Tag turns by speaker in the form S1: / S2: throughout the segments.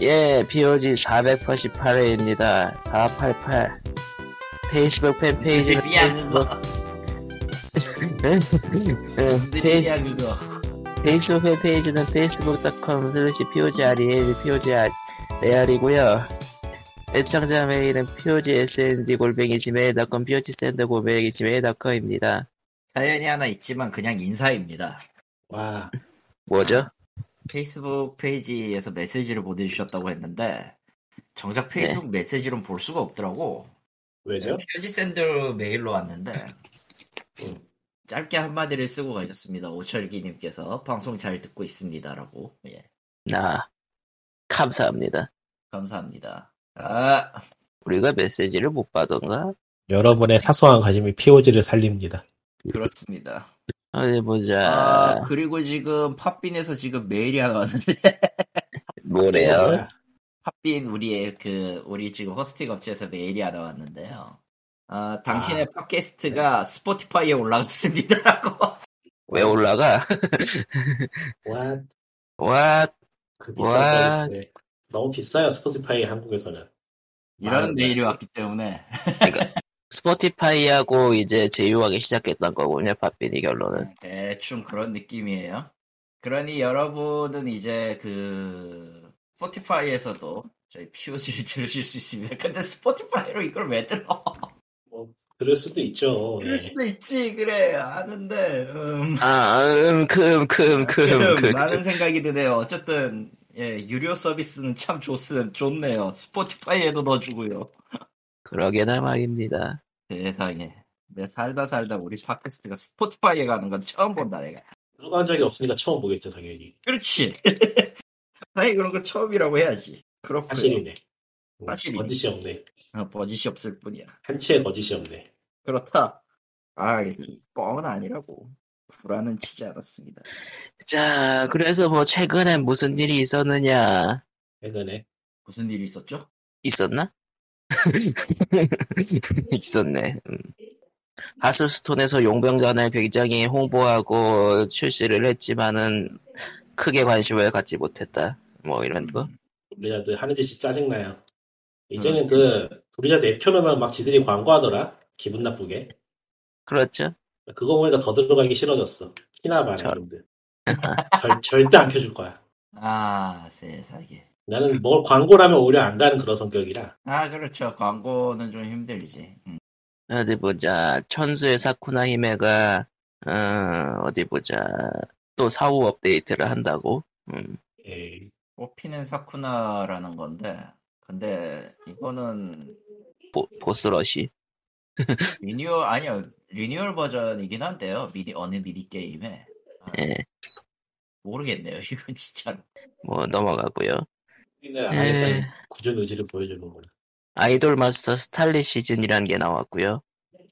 S1: 예, POG 488회입니다. 488. 페이스북 팬페이지.
S2: 미야 그거.
S1: 페이,
S2: 네. 미야 그거.
S1: 네. 페이스북 팬페이지는 facebook.com slash POGREAL, POGREAL이고요. E 애청자 메일은 POGSND골뱅이지메일.com, POGSND골뱅이지메일.com입니다.
S2: 사연이 하나 있지만 그냥 인사입니다.
S3: 와,
S1: 뭐죠?
S2: 페이스북 페이지에서 메시지를 보내주셨다고 했는데 정작 페이스북 메시지로는 볼 수가 없더라고.
S3: 왜죠?
S2: 편지 샌드로 메일로 왔는데
S3: 음.
S2: 짧게 한마디를 쓰고 가셨습니다. 오철기님께서 방송 잘 듣고 있습니다라고. 예,
S1: 나. 감사합니다.
S2: 감사합니다. 아,
S1: 우리가 메시지를 못 받은가?
S4: 여러분의 사소한 관심이 POG를 살립니다.
S2: 그렇습니다.
S1: 어디
S2: 아,
S1: 보자.
S2: 그리고 지금 팝빈에서 지금 메일이 하나 왔는데
S1: 뭐래요?
S2: 네.
S3: 뭐야?
S2: 팝빈 우리의 그 우리 지금 호스팅 업체에서 메일이 하나 왔는데요. 아, 당신의 팟캐스트가 스포티파이에 올라갔습니다라고.
S1: 왜 올라가?
S3: 와,
S1: 와,
S3: 그
S1: 와.
S3: 비싼 서비스네. 너무 비싸요, 스포티파이 한국에서는.
S2: 이런
S3: 아,
S2: 메일이 왔기 때문에
S1: 스포티파이하고 이제 제휴하기 시작했던 거군요, 팝빈이 결론은.
S2: 대충 그런 느낌이에요. 그러니 여러분은 이제 그 스포티파이에서도 저희 POG를 들으실 수 있습니다. 근데 스포티파이로 이걸 왜 들어?
S3: 그럴 수도 있죠.
S2: 그럴
S3: 네.
S2: 수도 있지 그래 아는데 음.
S1: 아, 음, 금, 금, 금,
S2: 지금
S1: 금.
S2: 많은 생각이 드네요. 어쨌든 예, 유료 서비스는 참 좋스, 좋네요. 스포티파이에도 넣어주고요.
S1: 그러게나 말입니다.
S2: 세상에. 내 살다 살다 우리 팟캐스트가 스포티파이에 가는 건 처음 본다 내가.
S3: 들어간 적이 없으니까 처음 보겠죠, 당연히.
S2: 그렇지. 아니 그런 거 처음이라고 해야지. 그렇고
S3: 사실이네. 음,
S2: 사실이네.
S3: 거짓이 없네.
S2: 어, 버짓이 없을 뿐이야.
S3: 한치의 거짓이 없네.
S2: 그렇다. 아 뻥은 아니라고. 불안은 치지 않았습니다.
S1: 자, 그래서 뭐 최근에 무슨 일이 있었느냐?
S3: 최근에.
S2: 무슨 일이 있었죠?
S1: 있었나? 있었네. 음. 하스스톤에서 용병전을 굉장히 홍보하고 출시를 했지만은 크게 관심을 갖지 못했다. 뭐 이런 거.
S2: 음.
S3: 우리자들 하는 짓이 짜증나요. 이제는 그, 우리자 내켜놓으면 막 지들이 광고하더라. 기분 나쁘게.
S1: 그렇죠?
S3: 그거 보니까 더 들어가기 싫어졌어. 희나 봐,
S1: 저-
S3: 여러분들. 절, 절대 안 켜줄 거야.
S2: 아 세상에.
S3: 나는 뭘 광고라면 오히려 안 가는 그런 성격이라.
S2: 아 그렇죠. 광고는 좀 힘들지. 음.
S1: 어디 보자. 천수의 사쿠나 히메가 어, 어디 보자. 또 사후 업데이트를 한다고. 음.
S3: 에이,
S2: 뽑히는 사쿠나라는 건데 근데 이거는
S1: 보, 보스러시.
S2: 리뉴얼 아니요 리뉴얼 버전이긴 한데요 미니 어느 미니 게임에 아,
S1: 예.
S2: 모르겠네요 이건 진짜로
S1: 뭐 넘어가고요.
S3: 우리는 안
S1: 예.
S3: 하겠다는 굳은 의지를 보여주는구나.
S1: 아이돌 마스터 스탈리 시즌이라는 게 나왔고요.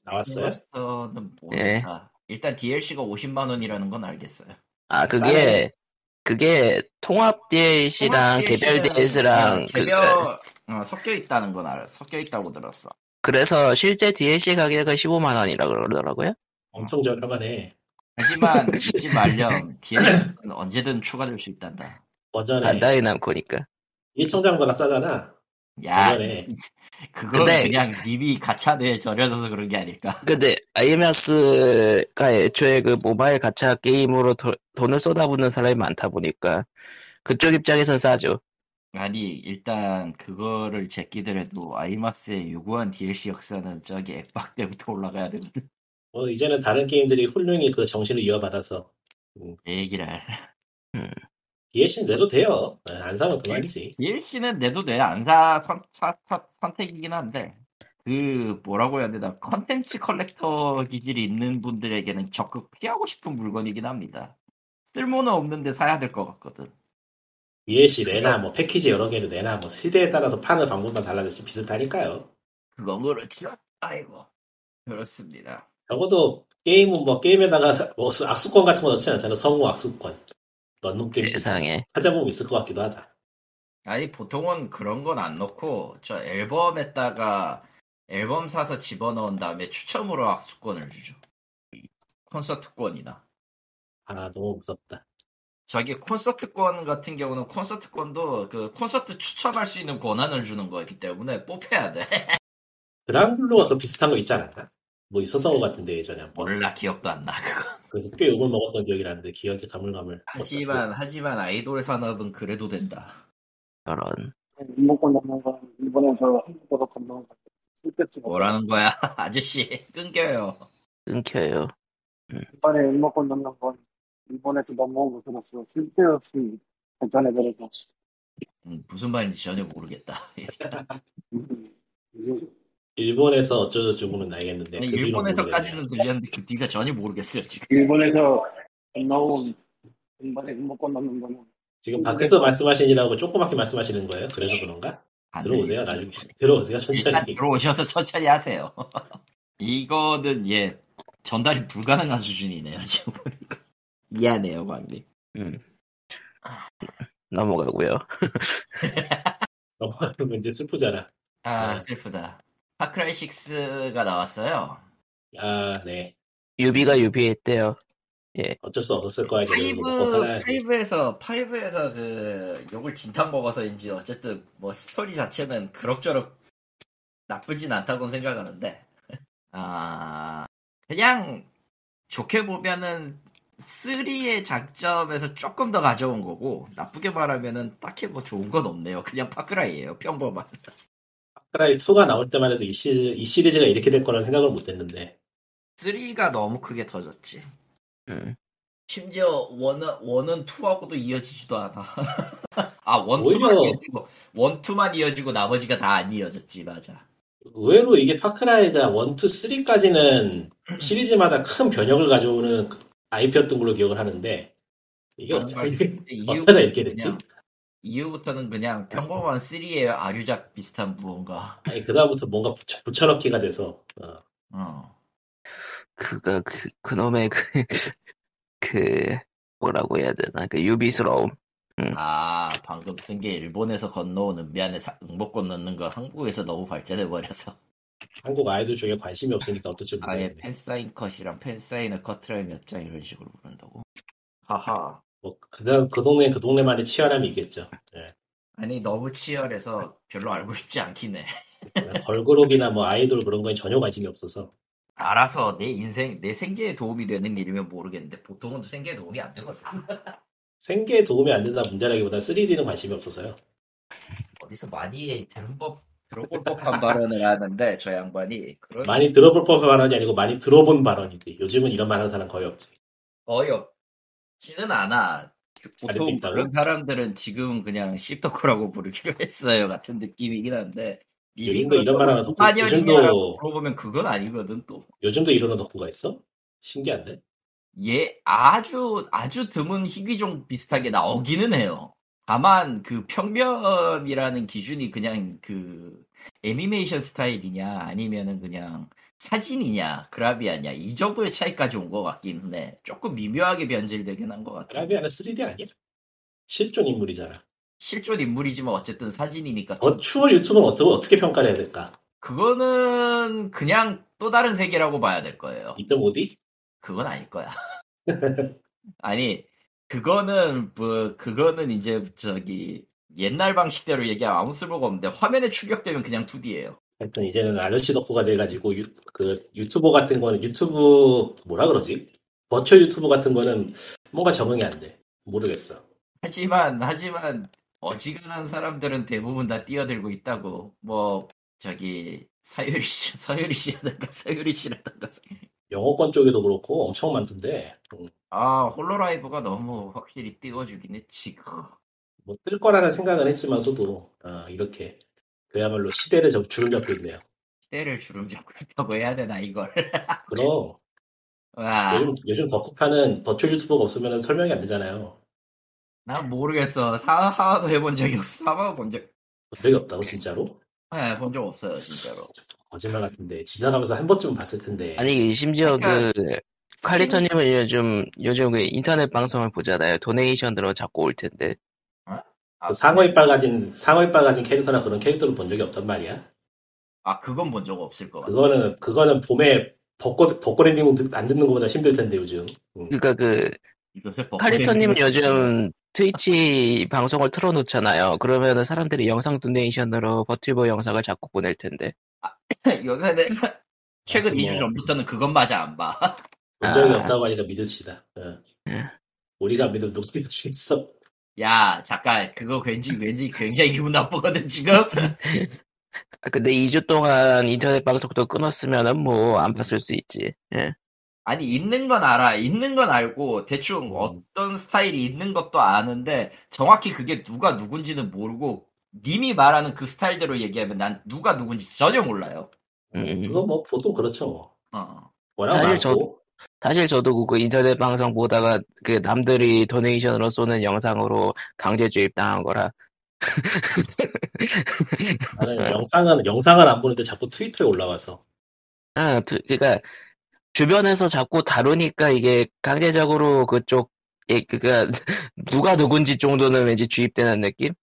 S3: 나왔어요?
S2: 네.
S1: 예.
S2: 마스터는 모르겠다 일단 DLC가 50만 원이라는 건 알겠어요
S1: 아 그게 그게 통합 DLC랑 아, 개별 DLC랑
S2: 그 개별 어, 섞여 있다는 건 알아 섞여 있다고 들었어
S1: 그래서 실제 DLC 가격은 15만 원이라 그러더라고요.
S3: 엄청 저렴하네.
S2: 하지만 잊지 말렴 DLC는 언제든 추가될 수 있단다
S3: 버전에
S1: 반다이 아, 남코니까.
S3: 일청장보다 싸잖아.
S2: 야
S3: 버전에
S2: 그건
S1: 근데-
S2: 그냥 님이 가차대에 절여져서 그런 게 아닐까
S1: 그러니까 근데 IMS가 애초에 그 모바일 가챠 게임으로 도- 돈을 쏟아붓는 사람이 많다 보니까 그쪽 입장에선 싸죠.
S2: 아니 일단 그거를 제끼더라도 아이마스의 유구한 DLC 역사는 저기 액박 때부터 올라가야 되거든
S3: 뭐 이제는 다른 게임들이 훌륭히 그 정신을 이어받아서
S2: 내 얘기를
S3: DLC 내도 돼요. 아, 안 사면 그만이지.
S2: DLC는 내도 돼 안사 선, 사- 사- 선택이긴 한데 그 뭐라고 해야 되나 컨텐츠 컬렉터 기질이 있는 분들에게는 적극 피하고 싶은 물건이긴 합니다 쓸모는 없는데 사야 될 것 같거든
S3: DLC 내나 뭐 패키지 여러 개를 내나 뭐 시대에 따라서 파는 방법만 달라졌지 비슷하니까요.
S2: 그건 그렇지 아이고 그렇습니다
S3: 적어도 게임은 뭐 게임에다가 사- 뭐 수- 악수권 같은 거 넣지 않잖아. 성우 악수권. 넣는
S2: 음.
S3: 게임
S1: 세상에.
S3: 찾아보면 있을 것 같기도 하다.
S2: 아니 보통은 그런 건 안 넣고 저 앨범에다가 앨범 사서 집어넣은 다음에 추첨으로 악수권을 주죠. 콘서트권이나
S3: 아 너무 무섭다.
S2: 저기 콘서트권 같은 경우는 콘서트권도 그 콘서트 추첨할 수 있는 권한을 주는 거기 때문에 뽑혀야 돼.
S3: 그랑블루가 그 비슷한 거 있지 않았나? 뭐 있었던 것 같은데 예전에 한번
S2: 몰라 기억도 안 나. 그거.
S3: 그래서 꽤 욕을 먹었던 기억이 나는데 기억이 가물가물
S2: 하지만 하지만 아이돌 산업은 그래도 된다.
S1: 저런.
S5: 인문권 넘는 건 일본에서 한국으로 건너온 건데 쓸데없이
S2: 뭐라는 거야 아저씨 끊겨요.
S1: 끊겨요.
S5: 일본에 인문권 넘는 건 일본에서 넘어온 것으로서 쓸데없이 발전해버려서
S2: 음, 무슨 말인지 전혀 모르겠다.
S5: 음, 이제
S3: 일본에서 어쩌다 죽으면 나겠는데
S2: 아니,
S3: 그 뒤로
S2: 일본에서까지는 들렸는데 그 뒤가 전혀 모르겠어요 지금.
S5: 일본에서 건너온 일본의 인문권 넘는 거는
S3: 지금 밖에서 말씀하시느라고 조그맣게 말씀하시는 거예요? 그래서 그런가?
S2: 안
S3: 들어오세요
S2: 들리죠.
S3: 나중에 들어오세요
S2: 일단
S3: 천천히
S2: 들어오셔서 천천히 하세요. 이거는 예 전달이 불가능한 수준이네요 지금 보니까. 미안해요 광님.
S1: 음.
S2: 아.
S1: 넘어가고요.
S3: 넘어가는 건 이제 슬프잖아
S2: 아 슬프다. 파크라이 6가 나왔어요.
S3: 아네
S1: 유비가 유비했대요.
S3: 어쩔 수 없었을 거야 뭐 걔네는 먹고
S2: 파이브
S3: 살아야지
S2: 파이브에서 파이브에서 그 욕을 진탕 먹어서인지 어쨌든 뭐 스토리 자체는 그럭저럭 나쁘진 않다고 생각하는데 아 그냥 좋게 보면은 3의 장점에서 조금 더 가져온 거고 나쁘게 말하면은 딱히 뭐 좋은 건 없네요 그냥 파크라이예요 평범한
S3: 파크라이 2가 나올 때만 해도 이, 시리즈, 이 시리즈가 이렇게 될 거란 생각을 못 했는데
S2: 3가 너무 크게 터졌지
S1: 음.
S2: 심지어 원은 원은 투하고도 이어지지도 않아. 아 원투만
S3: 오히려-
S2: 이어지고 원투만 이어지고 나머지가 다 안 이어졌지 맞아.
S3: 의외로 이게 파크라이가 1, 2, 3까지는 시리즈마다 큰 변혁을 가져오는 IP였던 걸로 기억을 하는데 이게 어떻게
S2: 근데
S3: 어쩌다 이렇게 아, 됐지?
S2: 그냥- 이후부터는 그냥 평범한 3의 아류작 비슷한 무언가.
S3: 아니 그다음부터 뭔가 붙여, 붙여넣기가 돼서 어,
S2: 어.
S1: 그가 그 그놈의 그, 그 뭐라고 해야 되나 그 유비스러움.
S2: 아 방금 쓴 게 일본에서 건너온 은비안에 사- 응복권 넣는 건 한국에서 너무 발전해 버려서
S3: 네. 한국 아이돌 쪽에 관심이 없으니까 어떨지
S2: 아예
S3: 모르겠네.
S2: 팬사인 컷이랑 팬사인의 커트라인 몇 장 이런 식으로 부른다고. 하하.
S3: 뭐 그다음 그 동네 그 동네만의 치열함이 있겠죠. 예.
S2: 아니 너무 치열해서 별로 알고 싶지 않긴 해.
S3: 걸그룹이나 뭐 아이돌 그런 거에 전혀 관심이 없어서
S2: 알아서 내 인생, 내 생계에 도움이 되는 일이면 모르겠는데 보통은 생계에 도움이 안 되거든.
S3: 생계에 도움이 안 된다 문제라기보다 3D는 관심이 없어서요.
S2: 어디서 많이 들은 법, 들어볼 법한 발언을 하는데 저 양반이 그런
S3: 많이 들어볼 법한 발언이 아니고 많이 들어본 발언이지. 요즘은 이런 말하는 사람 거의 없지.
S2: 거의 없지는 않아. 그
S3: 아직도
S2: 보통
S3: 있다고?
S2: 그런 사람들은 지금 그냥 씹덕후라고 부르기로 했어요 같은 느낌이긴 한데
S3: 요즘도 이런 말하면 그 덕후,
S2: 아니라고
S3: 요즘도
S2: 물어보면 그건 아니거든 또.
S3: 요즘도 이러는 덕후가 있어? 신기한데.
S2: 예, 아주, 아주 드문 희귀종 비슷하게 나오기는 해요. 다만, 그 평면이라는 기준이 그냥 그 애니메이션 스타일이냐, 아니면은 그냥 사진이냐, 그라비아냐, 이 정도의 차이까지 온 것 같긴 해. 조금 미묘하게 변질되긴 한 것 같아.
S3: 아라비아는 3D 아니야? 실존 인물이잖아.
S2: 실존 인물이지만 어쨌든 사진이니까.
S3: 어, 추월 유튜브는 어떻게 어떻게 평가를 해야 될까?
S2: 그거는 그냥 또 다른 세계라고 봐야 될 거예요.
S3: 2.5D?
S2: 그건 아닐 거야. 아니, 그거는, 뭐, 그거는 이제, 저기, 옛날 방식대로 얘기하면 아무 쓸모가 없는데, 화면에 출력되면 그냥 2D예요.
S3: 하여튼 이제는 아저씨 덕후가 돼가지고 유, 그 유튜버 같은 거는 유튜브 뭐라 그러지? 버츄얼 유튜브 같은 거는 뭔가 적응이 안 돼. 모르겠어.
S2: 하지만, 하지만, 어지간한 사람들은 대부분 다 뛰어들고 있다고. 뭐, 저기, 사유리 씨, 서유리 씨라든가, 서유리 씨라든가.
S3: 영어권 쪽에도 그렇고 엄청 많던데 음,
S2: 아, 홀로라이브가 너무 확실히 띄워주긴 했지. 아,
S3: 뭐뜰 거라는 생각은 했지만서도 아, 이렇게 그야말로 시대를 좀 주름잡고 있네요.
S2: 시대를 주름잡고 있다고 해야 되나, 이걸.
S3: 그럼
S2: 와,
S3: 요즘 요즘 덕후판은 버츄얼 유튜버가 없으면 설명이 안 되잖아요.
S2: 나 모르겠어. 사하도 해본 적이 없어. 사하 본 적,
S3: 본 적이 없다고 진짜로?
S2: 네, 본 적 없어요, 진짜로.
S3: 거짓말 같은데 지나가면서 한 번쯤은 봤을 텐데
S1: 아니 심지어
S2: 그러니까-
S1: 그 칼리터님은 요즘 요즘 그 인터넷 방송을 보잖아요. 도네이션으로 자꾸 올 텐데
S2: 아,
S3: 그 상어 이빨 가진 상어 이빨 가진 캐릭터나 그런 캐릭터를 본 적이 없단 말이야.
S2: 아, 그건 본 적 없을 것 같아.
S3: 그거는 그거는 봄에 벚꽃 벚꽃 엔딩 안 듣는 것보다 힘들 텐데 요즘. 음.
S1: 그러니까 그
S2: 요새
S3: 어,
S2: 버프
S1: 카리토님은
S2: 때문에
S1: 요즘 트위치 방송을 틀어놓잖아요. 그러면 사람들이 영상 도네이션으로 버튜버 영상을 자꾸 보낼 텐데.
S2: 그렇죠. 요새는 최근
S3: 뭐.
S2: 2주 전부터는 그것마저 안 봐.
S3: 본 적이
S1: 아.
S3: 없다고 하니까 믿읍시다. 어.
S1: 예.
S3: 우리가 안 믿으면 누가 믿을 수 있어?
S2: 야, 잠깐 그거 왠지 왠지 굉장히 기분 나쁘거든 지금.
S1: 아, 근데 2주 동안 인터넷 방송도 끊었으면은 뭐 안 봤을 수 있지. 예.
S2: 아니 있는 건 알아, 있는 건 알고 대충
S3: 음.
S2: 어떤 스타일이 있는 것도 아는데 정확히 그게 누가 누군지는 모르고 님이 말하는 그 스타일대로 얘기하면 난 누가 누군지 전혀 몰라요.
S1: 음.
S3: 그거 뭐 보통 그렇죠. 뭐.
S2: 어.
S3: 워낙
S1: 사실
S3: 많고
S1: 저- 사실 저도 그 인터넷 방송 보다가 그 남들이 도네이션으로 쏘는 영상으로 강제 주입당한 거라.
S3: 나는 영상은 영상을 안 보는데 자꾸 트위터에 올라와서
S1: 아, 두- 그러니까 주변에서 자꾸 다루니까 이게 강제적으로 그쪽 예, 그니까 누가 누군지 정도는 왠지 주입되는 느낌?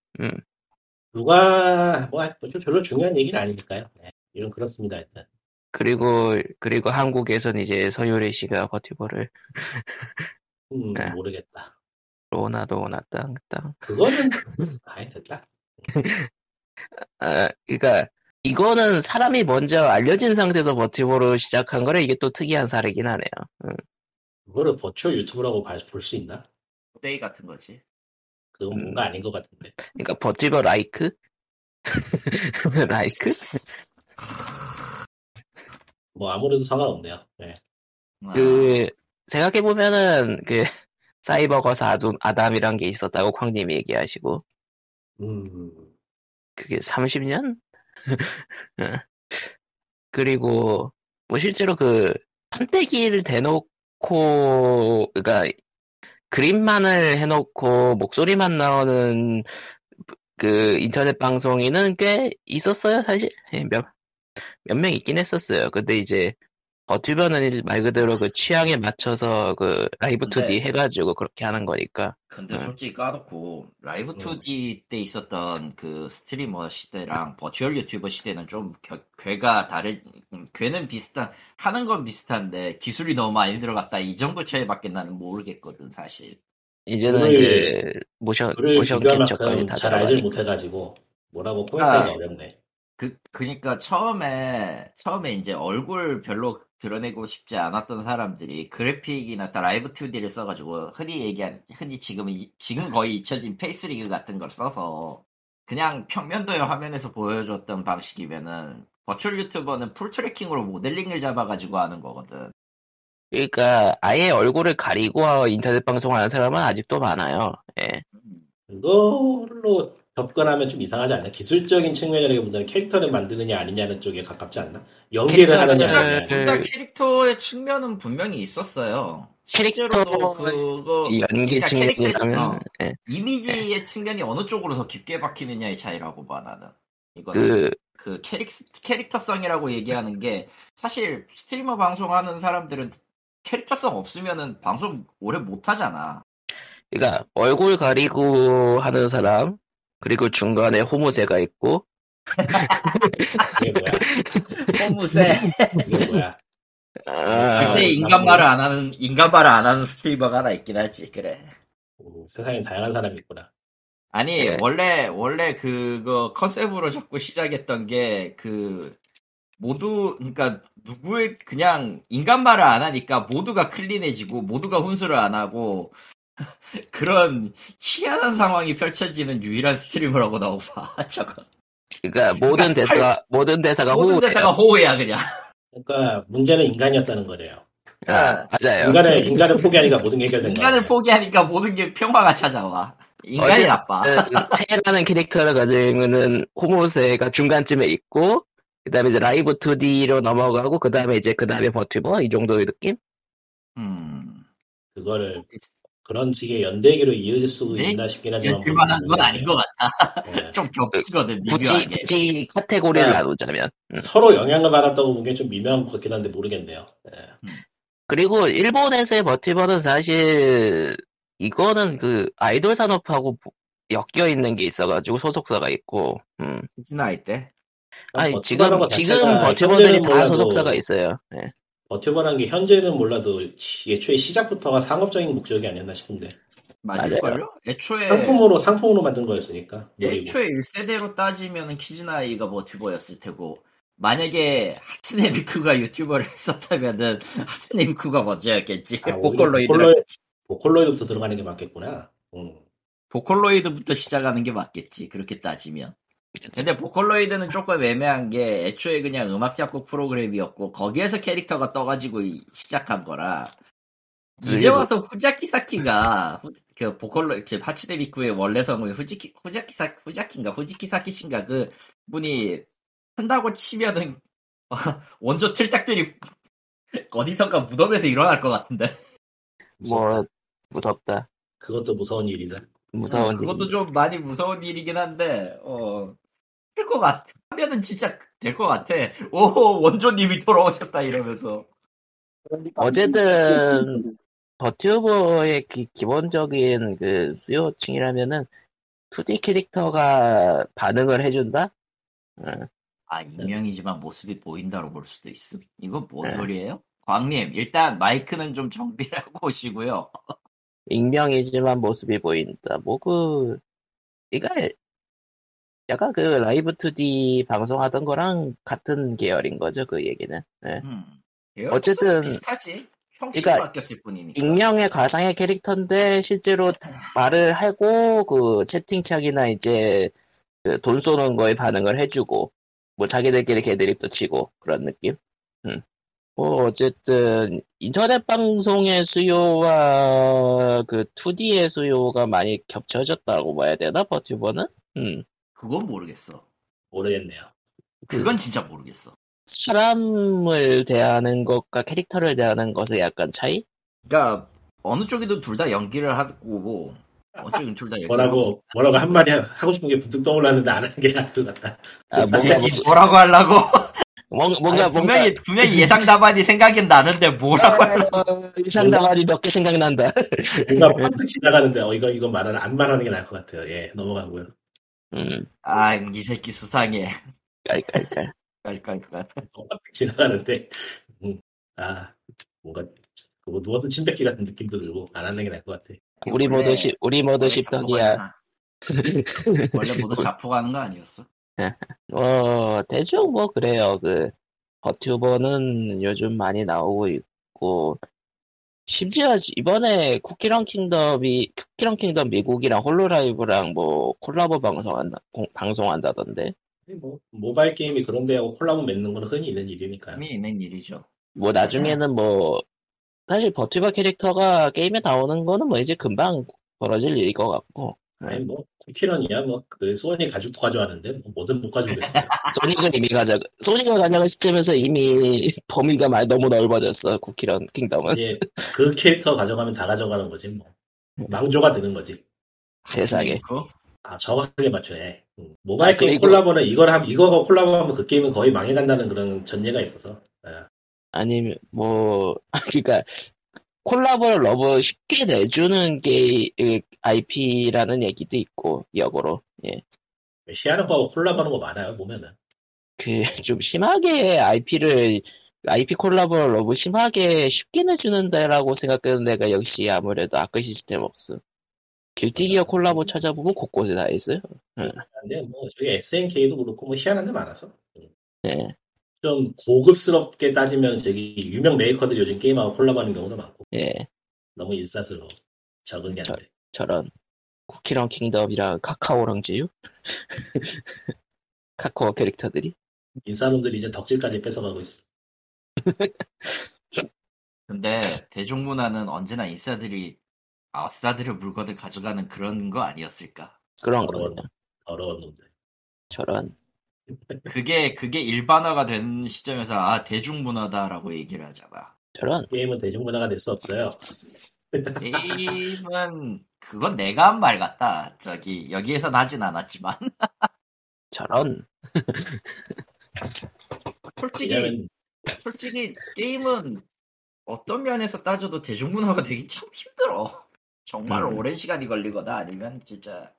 S3: 누가 뭐 좀 별로 중요한 얘기는 아니니까요. 네. 이런 그렇습니다 일단.
S1: 그리고 그리고 한국에선 이제 서유리 씨가 버티버를
S3: 음,
S1: 네.
S3: 모르겠다.
S1: 로나도 오났다 땅.
S3: 그거는 아예 됐다.
S1: 아, 그러니까 이거는 사람이 먼저 알려진 상태에서 버티버로 시작한 거라 이게 또 특이한 사례긴 하네요.
S3: 그거를 버추어 유튜브라고 볼 수 있나?
S2: 데이 같은 거지.
S3: 그건
S1: 음.
S3: 뭔가 아닌 것 같은데.
S1: 그러니까 버티버 라이크? 라이크?
S3: 뭐 아무래도 상관없네요. 네.
S2: 아,
S1: 그 생각해 보면은 그 사이버 거사 아둠, 아담이란 게 있었다고 광님이 얘기하시고
S3: 음,
S1: 그게 30년? 그리고 뭐 실제로 그 판때기를 대놓고 그러니까 그림만을 해놓고 목소리만 나오는 그 인터넷 방송인은 꽤 있었어요 사실 예, 몇 몇 명 있긴 했었어요 근데 이제 버튜버는 말 그대로 그 취향에 맞춰서 그 라이브
S2: 근데-
S3: 네.
S1: 2D 해가지고 그렇게 하는 거니까
S2: 근데
S1: 네.
S2: 솔직히 까놓고 라이브 2D 때 있었던 그 스트리머 시대랑 버추얼 유튜버 시대는 좀 겨- 괴가 다른 음, 괴는 비슷한 하는 건 비슷한데 기술이 너무 많이 들어갔다 이 정도 차이밖에 나는 모르겠거든 사실
S1: 이제는
S3: 그거를-
S1: 그 모션
S3: 그를
S1: 모션
S3: 비교할
S1: 캡처까지
S3: 만큼
S1: 다
S3: 잘 알질
S1: 들어가니까
S3: 못해가지고 뭐라고
S2: 아.
S3: 포인트가 어렵네.
S2: 그 그니까 처음에 처음에 이제 얼굴 별로 드러내고 싶지 않았던 사람들이 그래픽이나 다 라이브 2D를 써가지고 흔히 얘기한 흔히 지금 이- 지금 거의 잊혀진 페이스리그 같은 걸 써서 그냥 평면도의 화면에서 보여줬던 방식이면은 버츄얼 유튜버는 풀 트래킹으로 모델링을 잡아가지고 하는 거거든.
S1: 그러니까 아예 얼굴을 가리고 인터넷 방송하는 사람은 아직도 많아요. 예.
S3: 그걸로 접근하면 좀 이상하지 않나? 기술적인 측면이라기보다는 캐릭터를 만드느냐 아니냐는 쪽에 가깝지 않나? 연기를
S1: 캐릭터를-
S3: 하느냐
S2: 둘다
S3: 아니냐.
S1: 그-
S2: 캐릭터의 측면은 분명히 있었어요.
S1: 캐릭터의
S2: 실제로도 그거
S1: 이 연기
S2: 그러니까 캐릭터-
S1: 측면이라면
S2: 어.
S1: 예.
S2: 이미지의 측면이 어느 쪽으로 더 깊게 박히느냐의 차이라고 봐 나는 이거는
S1: 그
S2: 그 캐릭, 캐릭터성이라고 얘기하는 게 사실 스트리머 방송하는 사람들은 캐릭터성 없으면은 방송 오래 못 하잖아
S1: 그러니까 얼굴 가리고 하는 사람 그리고 중간에 호모제가 있고
S3: 이게 뭐야?
S2: 꼬무새
S3: 이게 뭐야?
S1: 아,
S2: 그때 인간 말을 안 하는 인간 말을 안 하는 스트리머가 하나 있긴 하지 그래
S3: 오, 세상에 다양한 사람이 있구나.
S2: 아니
S1: 예.
S2: 원래 원래 그거 컨셉으로 자꾸 시작했던 게 그 모두 그러니까 누구의 그냥 인간 말을 안 하니까 모두가 클린해지고 모두가 훈수를 안 하고 그런 희한한 상황이 펼쳐지는 유일한 스트리머라고 나오고 봐 저거
S1: 그러니까 모든
S2: 그러니까
S1: 대사가 모든 대사가
S2: 모든
S1: 호모예요.
S2: 대사가 호호야 그냥
S3: 그러니까 문제는 인간이었다는 거래요.
S1: 아, 맞아요.
S3: 인간을 인간을 포기하니까 모든 게 해결된 거야.
S2: 인간을 포기하니까 모든 게 평화가 찾아와 인간이
S1: 어쨌든-
S2: 나빠
S1: 그 체라는 캐릭터를 가지고는 호모세가 중간쯤에 있고 그다음에 이제 라이브 2D로 넘어가고 그다음에 이제 그다음에 버튜버 이 정도의 느낌?
S2: 음
S3: 그거를 그런 식의 연대기로 이어질 수
S2: 네?
S3: 있나 싶긴 하지만
S2: 이길 만한 건 아닌 것 같아
S3: 네.
S2: 좀 겹치거든
S1: 그 굳이
S2: 미묘하게
S1: 굳이 카테고리를
S3: 네.
S1: 나누자면 음.
S3: 서로 영향을 받았다고 보기엔 좀 미묘한 것 같긴 한데 모르겠네요. 네.
S1: 그리고 일본에서의 버티버는 사실 이거는 그 아이돌 산업하고 보- 엮여 있는 게 있어가지고 소속사가 있고, 음.
S2: 지나이 때
S1: 아니 지금
S3: 버티버라는 것
S1: 지금
S3: 어, 뭐 자체가
S1: 버티버들이
S3: 현재는
S1: 다
S3: 몰라도
S1: 소속사가 있어요. 네.
S3: 버튜버란 게 현재는 몰라도 예초에 시작부터가 상업적인 목적이 아니었나 싶은데
S2: 맞을걸요? 애초에
S3: 상품으로 상품으로 만든 거였으니까 그리고 아,
S2: 애초에 1세대로 따지면 키즈나이가 뭐 튜버였을 테고 만약에 하츠네미쿠가 유튜버를 했었다면은 하츠네미쿠가 먼저였겠지
S3: 아, 오히려
S2: 보컬로이드
S3: 보컬로이드. 보컬로이드부터 들어가는 게 맞겠구나. 음.
S2: 보컬로이드부터 시작하는 게 맞겠지 그렇게 따지면 근데 보컬로이드는 조금 애매한 게 애초에 그냥 음악 작곡 프로그램이었고 거기에서 캐릭터가 떠가지고 이- 시작한 거라 이제
S1: 그리고-
S2: 와서 후자키사키가 후- 그 보컬로 그 하치데미쿠의 원래 성은 후지키 후자키사 후자키인가 후지키사키신가 그 분이 한다고 치면은 원조 틀딱들이 어디선가 무덤에서 일어날 것 같은데
S1: 뭐 무섭다.
S3: 그것도 무서운 일이다.
S1: 무서운
S2: 음, 네, 그것도
S1: 일인데.
S2: 좀 많이 무서운 일이긴 한데 어, 어될것 같아 하면은 진짜 될 것 같아 오 원조님이 돌아오셨다 이러면서
S5: 그러니까
S1: 어쨌든 버튜버의 기, 기본적인 그 수요층이라면은 2D 캐릭터가 반응을 해준다? 음. 응.
S2: 아 익명이지만 모습이 보인다로 볼 수도 있음 이건
S1: 네.
S2: 뭔 소리예요? 광님 일단 마이크는 좀 정비를 하고 오시고요
S1: 익명이지만 모습이 보인다. 뭐 그, 그러니까 약간 그 라이브 2D 방송하던 거랑 같은 계열인 거죠, 그 얘기는. 예.
S2: 음.
S1: 어쨌든-
S2: 비슷하지 형식이
S1: 그러니까
S2: 바뀌었을 뿐이니까
S1: 익명의 가상의 캐릭터인데 실제로
S2: 네.
S1: 말을 하고 그 채팅창이나 이제 그돈 쏘는 거에 반응을 해주고 뭐 자기들끼리 개드립도 치고 그런 느낌. 음. 뭐 어쨌든 인터넷 방송의 수요와 그 2D의 수요가 많이 겹쳐졌다고 봐야 되나 버튜버는? 음.
S2: 그건 모르겠어
S3: 모르겠네요.
S2: 그건 진짜 모르겠어
S1: 사람을 대하는 것과 캐릭터를 대하는 것의 약간 차이?
S2: 그러니까 어느 쪽이든 둘 다 연기를 하고 어느 쪽이든 둘 다 연기를 하고
S3: 뭐라고 뭐라고 한마디 하- 하고 싶은 게 문득 떠올랐는데 안 하는 게 나을 것 같다.
S1: 아,
S2: 이
S1: 뭔가
S2: 새끼 뭐라고 하려고
S1: 뭔- 뭔가
S2: 아니,
S1: 뭔가
S2: 분명히 분명히 예상 답안이 생각이 나는데 뭐라고 하려고
S1: 어, 이상 나발이 몇 개 생각난다.
S3: 뭔가 펀뜩 지나가는데 어 이거 이거 말을 안 말하는 게 나을 것 같아요. 예 넘어가고요.
S1: 음,
S2: 아이 새끼 수상해
S1: 깔깔깔.
S2: 깔깔깔
S3: 펀뜩 지나가는데 음, 아 뭔가 뭐 누워서 침뱉기 같은 느낌도 들고 안 하는 게 나을 것 같아.
S1: 우리 모두 시, 우리 모두 십덕이야.
S2: 덕 원래 모두 자포가는 거 아니었어
S1: 어, 대충 뭐 그래요. 그 버튜버는 요즘 많이 나오고 있고 심지어 이번에 쿠키런 킹덤이 쿠키런 킹덤 미국이랑 홀로라이브랑 뭐 콜라보 방송한다 공- 방송한다던데
S3: 뭐 모바일 게임이 그런 데하고 콜라보 맺는 건 흔히 있는
S1: 네.
S3: 일이니까요.
S2: 이미 있는 일이죠
S1: 뭐 나중에는 뭐 사실 버튜버 캐릭터가 게임에 나오는 거는 뭐 이제 금방 벌어질 일일 것 같고
S3: 아니 뭐 쿠키런이야 뭐그 소니 가죽도 가져왔는데 뭐 뭐든 못 가져오겠어요.
S1: 소닉은 이미 가져 소닉을 가져갈 시점에서 이미 범위가 많이 너무 넓어졌어 쿠키런 킹덤은
S3: 이제 그 캐릭터 가져가면 다 가져가는 거지 뭐 망조가 드는 거지
S1: 세상에
S2: 그거?
S3: 아 정확하게 맞추네 음. 모바일
S1: 아,
S3: 게임
S1: 그리고-
S3: 콜라보는 이걸 함 이거가 콜라보하면 그 게임은 거의 망해간다는 그런 전례가 있어서 아,
S1: 아니면 뭐 그러니까 콜라보를 너무 쉽게 내주는 게 IP라는 얘기도 있고 역으로
S3: 희한한 거하고 콜라보하는 거 많아요 보면은
S1: 그 좀 심하게 IP를 IP 콜라보를 너무 심하게 쉽게 내주는데라고 생각되는 데가 역시 아무래도 아크 시스템 없음 길티기어 콜라보 찾아보면 곳곳에 다 있어요
S3: 근데 뭐 저기 SNK도 그렇고 뭐 희한한 데 많아서 음.
S1: 예.
S3: 좀 고급스럽게 따지면 저기 유명 메이커들이 요즘 게임하고 콜라보하는 경우도 많고
S1: 예
S3: 너무 일사스러워 적응이
S1: 저-
S3: 안돼
S1: 저런 쿠키랑 킹덤이랑 카카오랑 제휴 카카오 캐릭터들이
S3: 인싸놈들이 이제 덕질까지 뺏어가고 있어
S2: 근데 대중문화는 언제나 인싸들이 아싸들의 물건을 가져가는 그런 거 아니었을까
S1: 그런
S3: 더러운
S1: 거군요
S3: 더러운 놈들
S1: 저런
S2: 그게 그게 일반화가 된 시점에서 아 대중문화다라고 얘기를 하잖아
S1: 저런
S3: 게임은 대중문화가 될 수 없어요
S2: 게임은 그건 내가 한 말 같다. 저기 여기에선 하진 않았지만
S1: 저런
S2: 솔직히
S3: 왜냐면
S2: 솔직히 게임은 어떤 면에서 따져도 대중문화가 되기 참 힘들어. 정말
S1: 음.
S2: 오랜 시간이 걸리거나 아니면 진짜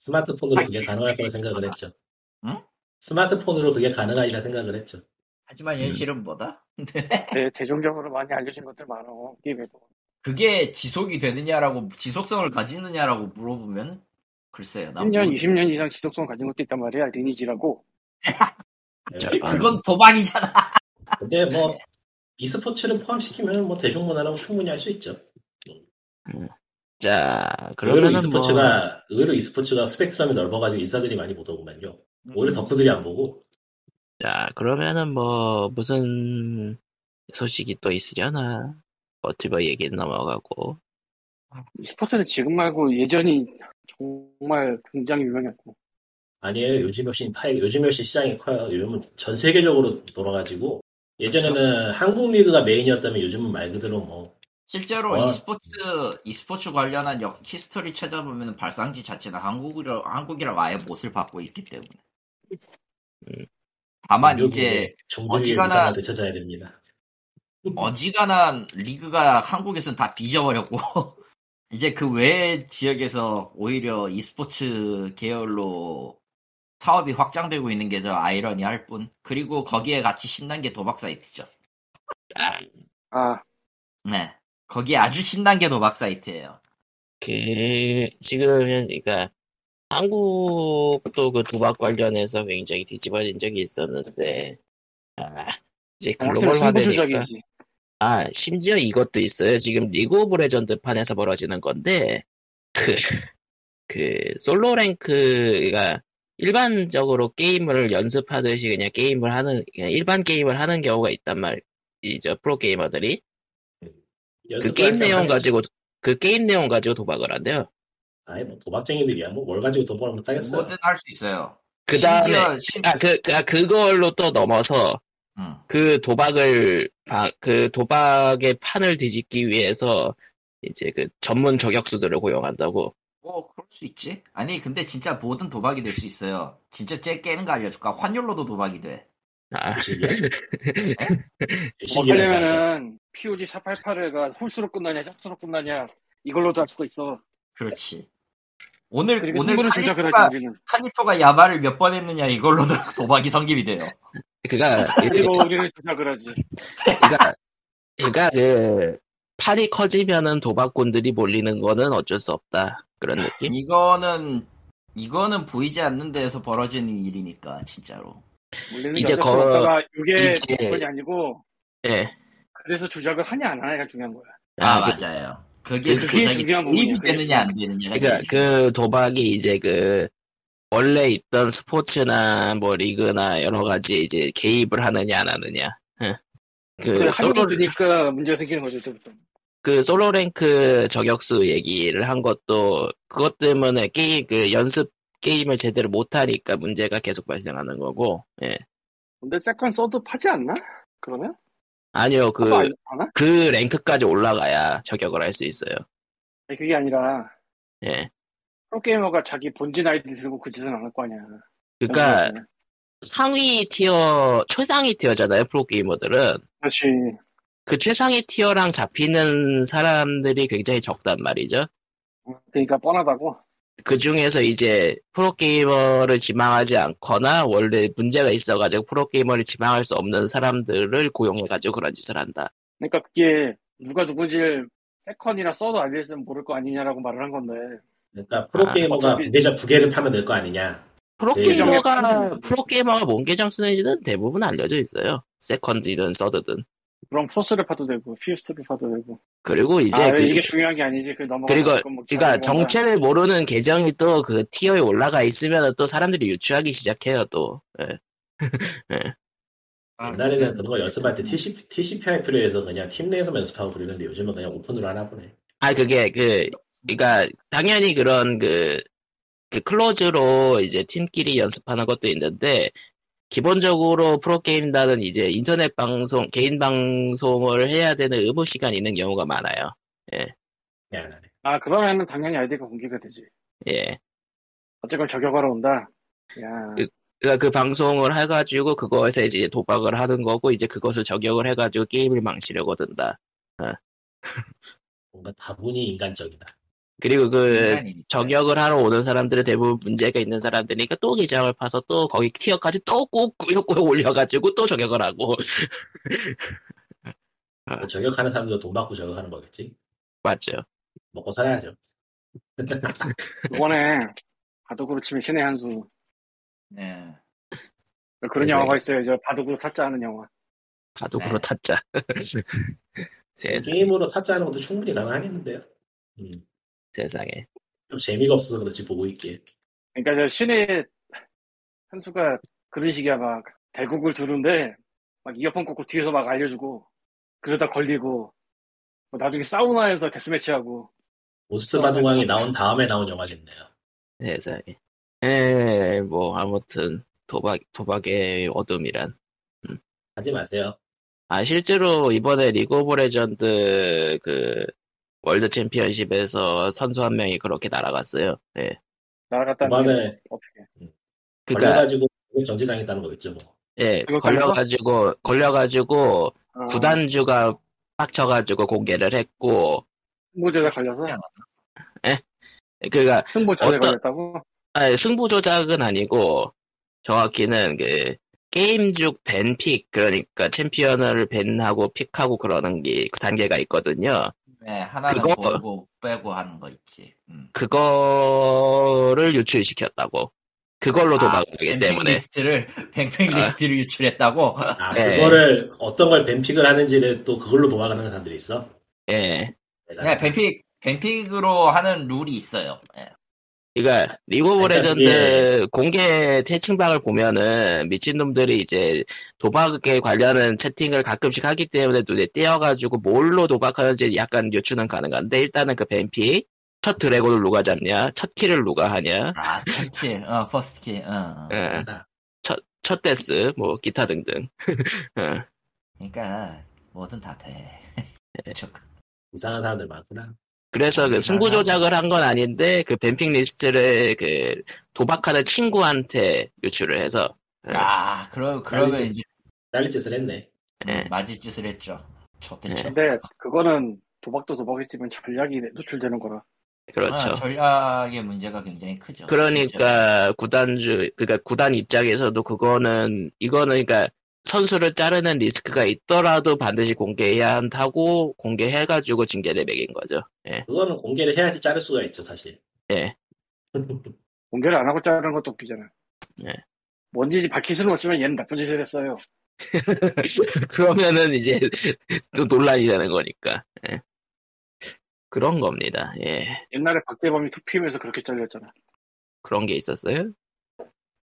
S3: 스마트폰으로 그게 가능할 거라 생각을 했죠.
S2: 응?
S3: 스마트폰으로 그게 가능하리라 생각을 했죠.
S2: 예. 하지만 현실은 뭐다?
S5: 네, 대중적으로 많이 알려진 것들 많아 게임에도.
S2: 그게 지속이 되느냐라고 지속성을 가지느냐라고 물어보면 글쎄요. 난
S5: 10년,
S2: 모르겠어요.
S5: 20년 이상 지속성 가진 것도 있단 말이야 리니지라고.
S2: 그건 도박이잖아.
S3: 근데 뭐 e스포츠를 포함시키면 뭐 대중문화라고 충분히 할 수 있죠.
S1: 자,
S3: 의외로
S1: 그러면은 뭐
S3: e스포츠가 의외로 e스포츠가 스펙트럼이 넓어가지고 인사들이 많이 못 오구만요.
S2: 음.
S3: 오히려 덕후들이 안 보고
S1: 자, 그러면은 뭐 무슨 소식이 또 있으려나? 버티버 얘기는 넘어가고.
S5: 스포츠는 지금 말고 예전이 정말 굉장히 유명했고.
S3: 아니에요. 요즘 역시 파이 요즘 역시 시장이 커요. 요즘은 전 세계적으로 돌아가지고 예전에는 한국 리그가 메인이었다면 요즘은 말 그대로 뭐
S2: 실제로
S3: 와.
S2: e스포츠 e스포츠 관련한 역 히스토리 찾아보면 발상지 자체는 한국이라 한국이랑 아예 못을 받고 있기 때문에.
S1: 음.
S2: 다만 이제
S3: 정주의
S2: 어지간한-
S3: 이상한테 찾아야 됩니다.
S2: 어지간한 리그가 한국에서는 다 뒤져버렸고 이제 그 외 지역에서 오히려 e스포츠 계열로 사업이 확장되고 있는 게 더 아이러니할 뿐 그리고 거기에 같이 신난 게 도박 사이트죠.
S1: 아,
S5: 아,
S2: 네, 거기에 아주 신난 게 도박 사이트예요.
S1: 그 지금은 그러니까 한국도 그 도박 관련해서 굉장히 뒤집어진 적이 있었는데 아, 이제 글로벌화
S5: 어, 정확히는
S1: 되니까
S5: 승부조작이지.
S1: 아 심지어 이것도 있어요. 지금 리그 오브 레전드 판에서 벌어지는 건데 그, 그 솔로 랭크가 일반적으로 게임을 연습하듯이 그냥 게임을 하는 그냥 일반 게임을 하는 경우가 있단 말이죠 프로 게이머들이 그
S3: 연습도
S1: 게임
S3: 할
S1: 내용
S3: 때마다
S1: 가지고 그 게임 내용 가지고 도박을 한대요.
S3: 아예 뭐 도박쟁이들이야 뭐 뭘 가지고 돈 벌면 따겠어요.
S2: 뭐든 할 수 있어요.
S1: 그 다음에
S2: 심지어 심-
S1: 아그 아, 그걸로 또 넘어서
S2: 음.
S1: 그 도박을 바- 그 도박의 판을 뒤집기 위해서 이제 그 전문 저격수들을 고용한다고
S2: 뭐 그럴 수 있지. 아니 근데 진짜 모든 도박이 될 수 있어요. 진짜 쟤 깨는 거 알려줄까? 환율로도 도박이 돼.
S1: 아
S3: 주식이야? 주식이라는 거 알죠?
S5: 뭐 하려면은 POG 488회가 홀수로 끝나냐, 짝수로 끝나냐 이걸로도 할 수도 있어.
S2: 그렇지. 오늘
S5: 그리고
S2: 오늘
S5: 승부를 조작을
S2: 칼리토가-
S5: 하지 우리는.
S2: 카니토가 야마를 몇 번 했느냐 이걸로도 도박이 성립이 돼요.
S1: 그가
S5: 그리고 우리는 조작을 하지.
S1: 그가 그가 그 팔이 커지면은 도박꾼들이 몰리는 거는 어쩔 수 없다 그런 느낌.
S2: 이거는 이거는 보이지 않는 데에서 벌어지는 일이니까 진짜로.
S5: 우리는
S1: 이제
S5: 이제
S1: 거-
S5: 거다가 이게
S1: 이제-
S5: 조건이 아니고
S1: 예.
S5: 그래서 조작을 하냐 안 하냐가 중요한 거야.
S2: 아,
S1: 아, 그-
S2: 맞아요. 그게
S5: 그게
S2: 조작이
S5: 중요한
S2: 도입이
S5: 부분이에요.
S2: 되느냐 안 되느냐.
S1: 그러니까 그 도박이 이제 그 원래 있던 스포츠나 뭐 리그나 여러 가지 이제 개입을 하느냐 안 하느냐. 예.
S5: 그
S1: 그 솔로
S5: 한도 드니까 문제가 생기는 거죠. 이때부터.
S1: 그 솔로 랭크 저격수 얘기를 한 것도 그것 때문에 게임 그 연습 게임을 제대로 못 하니까 문제가 계속 발생하는 거고. 예.
S5: 근데 세컨 서드 파지 않나? 그러면?
S1: 아니요
S5: 그...
S1: 그 그
S5: 하나?
S1: 랭크까지 올라가야 저격을 할 수 있어요.
S5: 아니, 그게 아니라
S1: 예.
S5: 프로게이머가 자기 본진 아이디 들고 그 짓은 안 할 거 아니야.
S1: 그러니까
S5: 잠시만요.
S1: 상위 티어, 최상위 티어잖아요, 프로게이머들은.
S5: 그렇지.
S1: 그 최상위 티어랑 잡히는 사람들이 굉장히 적단 말이죠.
S5: 그러니까 뻔하다고.
S1: 그 중에서 이제 프로게이머를 지망하지 않거나 원래 문제가 있어가지고 프로게이머를 지망할 수 없는 사람들을 고용해가지고 그런 짓을 한다.
S5: 그러니까 그게 누가 누군지를 세컨이나 서드 아이디 있으면 모를 거 아니냐라고 말을 한 건데.
S3: 그러니까 프로게이머가
S5: 어차피-
S3: 두 개자 두 개를 파면 될 거 아니냐.
S1: 프로게이머가,
S5: 네.
S1: 프로게이머가 뭔 계정 쓰는지는 대부분 알려져 있어요. 세컨드든 서드든.
S5: 그럼 포스를 파도 되고 피우스를 파도 되고.
S1: 그리고 이제
S5: 아
S1: 그-
S5: 이게 중요한 게 아니지. 그 넘어가.
S1: 그리고
S5: 아,
S1: 그러니까 정체를 모르는 계정이 또 그 티어에 올라가 있으면 또 사람들이 유추하기 시작해요 또. 예.
S3: 옛날에는 아, 그런 거 연습할 때 TCP, TCPI 필요해서 그냥 팀 내에서 연습하고 그러는데 요즘은 그냥 오픈으로 하나 보네.
S1: 아 그게 그 그러니까 당연히 그런 그, 그 클로즈로 이제 팀끼리 연습하는 것도 있는데 기본적으로 프로게임단은 이제 인터넷 방송 개인 방송을 해야 되는 의무 시간이 있는 경우가 많아요.
S3: 그냥 안 하네.
S5: 아 그러면은 당연히 아이디가 공개가 되지.
S1: 예.
S5: 어쨌건 저격하러 온다. 야.
S1: 그러니까 그 방송을 해가지고 그거에서 이제 도박을 하는 거고 이제 그것을 저격을 해가지고 게임을 망치려고 든다.
S3: 뭔가 다분히 인간적이다.
S1: 그리고 그
S2: 인간이니까.
S1: 저격을 하러 오는 사람들은 대부분 문제가 있는 사람들이니까 또 기장을 파서 또 거기 티어까지 또 꾸역꾸역 올려가지고 또 저격을 하고
S3: 뭐 저격하는 사람들도 돈 받고 저격하는 거겠지.
S1: 맞죠.
S3: 먹고 살아야죠.
S5: 이번에 바둑으로 치면 신의 한 수.
S2: 네.
S5: 그런
S1: 그래서-
S5: 영화가 있어요. 저 바둑으로 타짜 하는 영화.
S1: 바둑으로
S2: 네.
S1: 탔자. 세상,
S3: 게임으로 타짜하는 것도 충분히 가능하겠는데요. 음,
S1: 세상에.
S3: 좀 재미가 없어서 그렇지 보고 있기에.
S5: 그러니까 저 신의 한 수가 그런 식이야. 막 대국을 두는데 막 이어폰 꽂고 뒤에서 막 알려주고 그러다 걸리고 뭐 나중에 사우나에서 데스매치하고
S3: 오스트 바둑왕이 나온 다음에 나온 영화겠네요.
S1: 세상에. 에, 뭐, 아무튼, 도박, 도박의 어둠이란.
S3: 하지 마세요.
S1: 아, 실제로 이번에 리그 오브 레전드 그 월드 챔피언십에서 선수 한 명이 그렇게 날아갔어요. 네.
S5: 날아갔다는 게
S3: 그만에
S5: 어떻게
S1: 그니까,
S3: 걸려가지고 정지당했다는 거겠죠 뭐.
S1: 예,
S5: 그거
S1: 걸려가지고, 걸려가지고,
S5: 어,
S1: 구단주가 빡쳐가지고 공개를 했고,
S5: 승부조작 걸려서
S1: 그니까,
S5: 승부조작
S1: 어떤-
S5: 걸렸다고
S1: 그러니까, 아 승부 조작은 아니고, 정확히는 그, 게임 중 밴픽, 그러니까 챔피언을 밴하고 픽하고 그러는 게, 그 단계가 있거든요.
S2: 네, 하나는
S1: 그거-
S2: 고르고 빼고 하는 거 있지. 음.
S1: 그거를 유출시켰다고. 그걸로 도박을 하기
S2: 뱅뱅
S1: 때문에.
S2: 리스트를 뱅뱅
S1: 아.
S2: 리스트를 유출했다고.
S3: 아
S1: 예.
S3: 그거를 어떤 걸 뱀픽을 하는지를 또 그걸로 도망가는 사람들이 있어.
S1: 예.
S2: 네, 뱅픽 뱅픽으로 하는 룰이 있어요. 예.
S1: 그러니까 리그 오브
S3: 그러니까
S1: 레전드
S3: 그게-
S1: 공개 채팅방을 보면은 미친놈들이 이제 도박에 관련한 채팅을 가끔씩 하기 때문에 눈에 띄어가지고 뭘로 도박하는지 약간 유추는 가능한데 일단은 그 뱀피 첫 드래곤을 누가 잡냐 첫 키를 누가 하냐
S2: 아, 첫킬, 어, 퍼스트 킬, 어, 어.
S1: 예,
S3: 다
S1: 첫 댄스 뭐 기타 등등 어,
S2: 그러니까 뭐든 다 돼.
S1: 네.
S2: 그쵸.
S3: 이상한 사람들 많구나.
S1: 그래서 그 승부 조작을 한 건 아닌데 그 뱀핑 리스트를 그 도박하는 친구한테 유출을 해서 예,
S2: 아, 그러, 그러면
S3: 빨리
S2: 이제
S3: 딸리 짓을 했네.
S1: 예.
S2: 맞을 짓을 했죠. 좋겠죠.
S1: 네,
S5: 근데 그거는 도박도 도박이지만 전략이 노출되는 거라
S1: 그렇죠.
S2: 아, 전략의 문제가 굉장히 크죠. 실제로.
S1: 그러니까 구단주 그러니까 구단 입장에서도 그거는 이거는 그러니까 선수를 자르는 리스크가 있더라도 반드시 공개해야 한다고 공개해가지고 징계를 매긴 거죠. 예,
S3: 그거는 공개를 해야지 자를 수가 있죠 사실.
S1: 예.
S5: 공개를 안 하고 자르는 것도 웃기잖아
S1: 예.
S5: 뭔지 밝힐 수는 없지만 얘는 나쁜 짓을 했어요
S1: 그러면은 이제 또 논란이 되는 거니까. 예. 그런 겁니다. 예,
S5: 옛날에 박대범이 2PM에서 그렇게 잘렸잖아
S1: 그런 게 있었어요.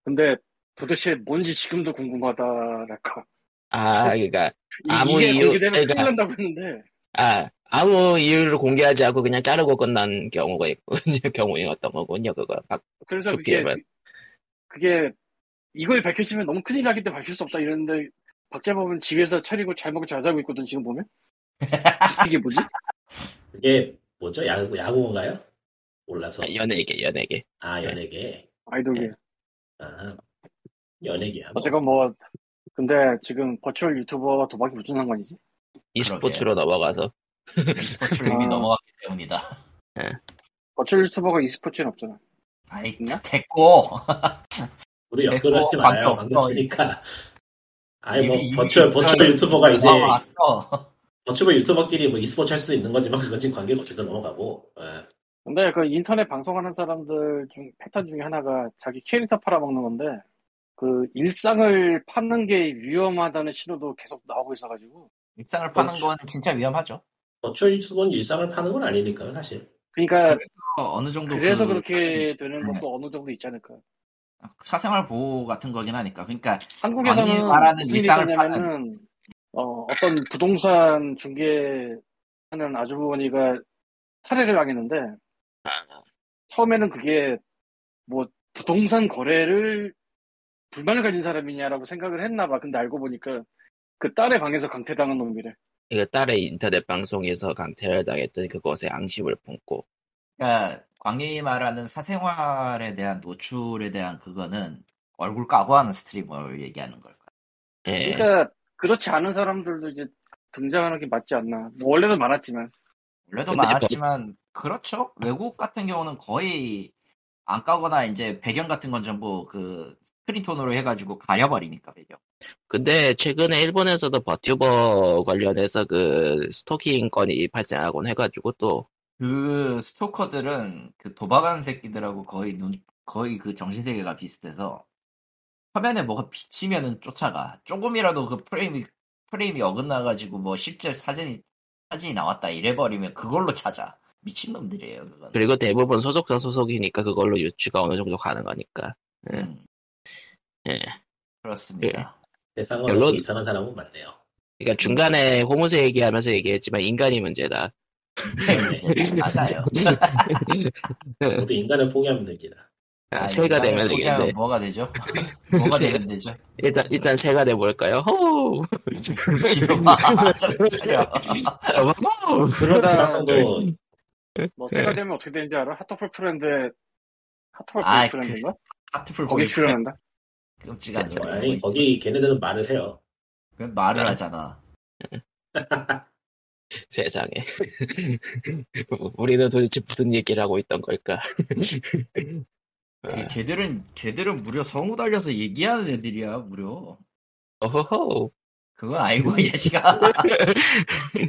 S5: 근데 도대체 뭔지 지금도 궁금하다랄까
S1: 아, 그러니까
S5: 이-
S1: 아무
S5: 이게
S1: 이유-
S5: 공개되면
S1: 그러니까-
S5: 큰일 난다고 했는데
S1: 아 아무 이유를 공개하지 않고 그냥 자르고 끝난 경우가 있군요. 경우였던 거군요. 그거 박-
S5: 그래서
S1: 그
S5: 그게
S1: PM은.
S5: 그게 이걸 밝혀지면 너무 큰일 나기 때문에 밝힐 수 없다 이랬는데 박재범은 집에서 차리고 잘 먹고 잘 살고 있거든 지금 보면 이게 뭐지?
S3: 그게 뭐죠 야구 야구인가요? 몰라서.
S1: 아, 연예계 연예계.
S3: 아 연예계.
S1: 네.
S5: 아이돌이
S3: 아 연예계야. 뭐.
S5: 어쨌건 뭐 근데 지금 버추얼 유튜버와 도박이 무슨 상관이지?
S1: e스포츠로 넘어가서
S2: 스포츠로 이미
S5: 아.
S2: 넘어갔기 때문이다.
S5: 버추얼 유튜버가 e스포츠는 없잖아
S2: 아이,
S5: 있나?
S2: 됐고.
S3: 우리
S2: 됐고,
S3: 연결하지 마요.
S2: 방금
S3: 방금
S2: 없어.
S3: 쓰니까. 아니 뭐
S2: 이미- 이미 아,
S3: 버추얼 버추얼 유튜버가 이제
S2: 넘어왔어.
S3: 버추얼 유튜버끼리 뭐 e스포츠 할 수도 있는 거지만 그건 지금 관계가 없으니까 넘어가고. 예.
S5: 근데 그 인터넷 방송하는 사람들 중 패턴 중에 하나가 자기 캐릭터 팔아먹는 건데 그 일상을 파는 게 위험하다는 신호도 계속 나오고 있어가지고
S2: 입상을
S3: 뭐
S2: 파는 건 진짜 위험하죠.
S3: 버추얼 유튜버는 일상을 파는 건 아니니까요 사실.
S5: 그러니까
S2: 어, 어느 정도
S5: 그래서
S2: 그 네. 아,
S5: 그렇게 되는 것도 어느 정도 있지 않을까
S2: 사생활 보호 같은 거긴 하니까. 그러니까
S5: 한국에서는
S2: 많이 말하는
S5: 무슨 일이
S2: 일상을
S5: 있었냐면은 어, 어떤 부동산 중개하는 아주머니가 살해를 당했는데
S1: 아.
S5: 처음에는 그게 뭐 부동산 거래를 불만을 가진 사람이냐라고 생각을 했나 봐. 근데 알고 보니까 그 딸의 방에서 강퇴당한 놈이래.
S1: 이거 딸의 인터넷 방송에서 강퇴를 당했더니 그것에 앙심을 품고
S2: 그러니까 광희 말하는 사생활에 대한 노출에 대한 그거는 얼굴 까고 하는 스트리머를 얘기하는 걸까?
S1: 예
S5: 그러니까 그렇지 않은 사람들도 이제 등장하는 게 맞지 않나. 뭐 원래도 많았지만
S2: 원래도
S1: 근데
S2: 많았지만 그렇죠. 외국 같은 경우는 거의 안 까거나 이제 배경 같은 건 전부 그 스크린 톤으로 해가지고 가려버리니까 배경.
S1: 근데 최근에 일본에서도 버튜버 관련해서 그 스토킹 건이 발생하곤 해가지고 또
S2: 그 스토커들은 그 도박한 새끼들하고 거의 눈 거의 그 정신 세계가 비슷해서 화면에 뭐가 비치면은 쫓아가. 조금이라도 그 프레임이 프레임이 어긋나가지고 뭐 실제 사진이 사진이 나왔다 이래버리면 그걸로 찾아. 미친 놈들이에요 그건.
S1: 그리고 대부분 소속사 소속이니까 그걸로 유추가 어느 정도 가능하니까 예.
S2: 음.
S1: 예.
S2: 그렇습니다.
S3: 세상은
S1: 별로-
S3: 별로 이상한 사람은 많네요.
S1: 그러니까 중간에 호모세 얘기하면서 얘기했지만 인간이 문제다 네.
S2: 이제 맞아요.
S3: 모두 인간을 포기하면 됩니다.
S1: 아,
S2: 아,
S1: 새가
S2: 인간을
S1: 되면
S2: 포기하면
S1: 되겠네
S2: 뭐가 되죠? 뭐가
S1: 새가-
S2: 되면 되죠?
S1: 일단 일단 새가 돼볼까요 호우
S2: 지루마 차려.
S1: 호우
S5: 그러다
S3: 그만큼도
S5: 뭐 새가 되면 어떻게 되는지 알아? 핫토플 프렌드의 핫토플
S2: 아,
S5: 프렌드인가?
S2: 하트풀
S5: 그 거기 출연한다.
S2: 끔찍한
S1: 진짜.
S2: 거야.
S3: 아니 거기 걔네들은 말을 해요.
S2: 그 말을 하잖아.
S1: 세상에 우리는 도대체 무슨 얘기를 하고 있던 걸까
S2: 그 걔- 걔들은 걔들은 무려 성우 달려서 얘기하는 애들이야 무려.
S1: 호호
S2: 그건 아니고 이 자식아.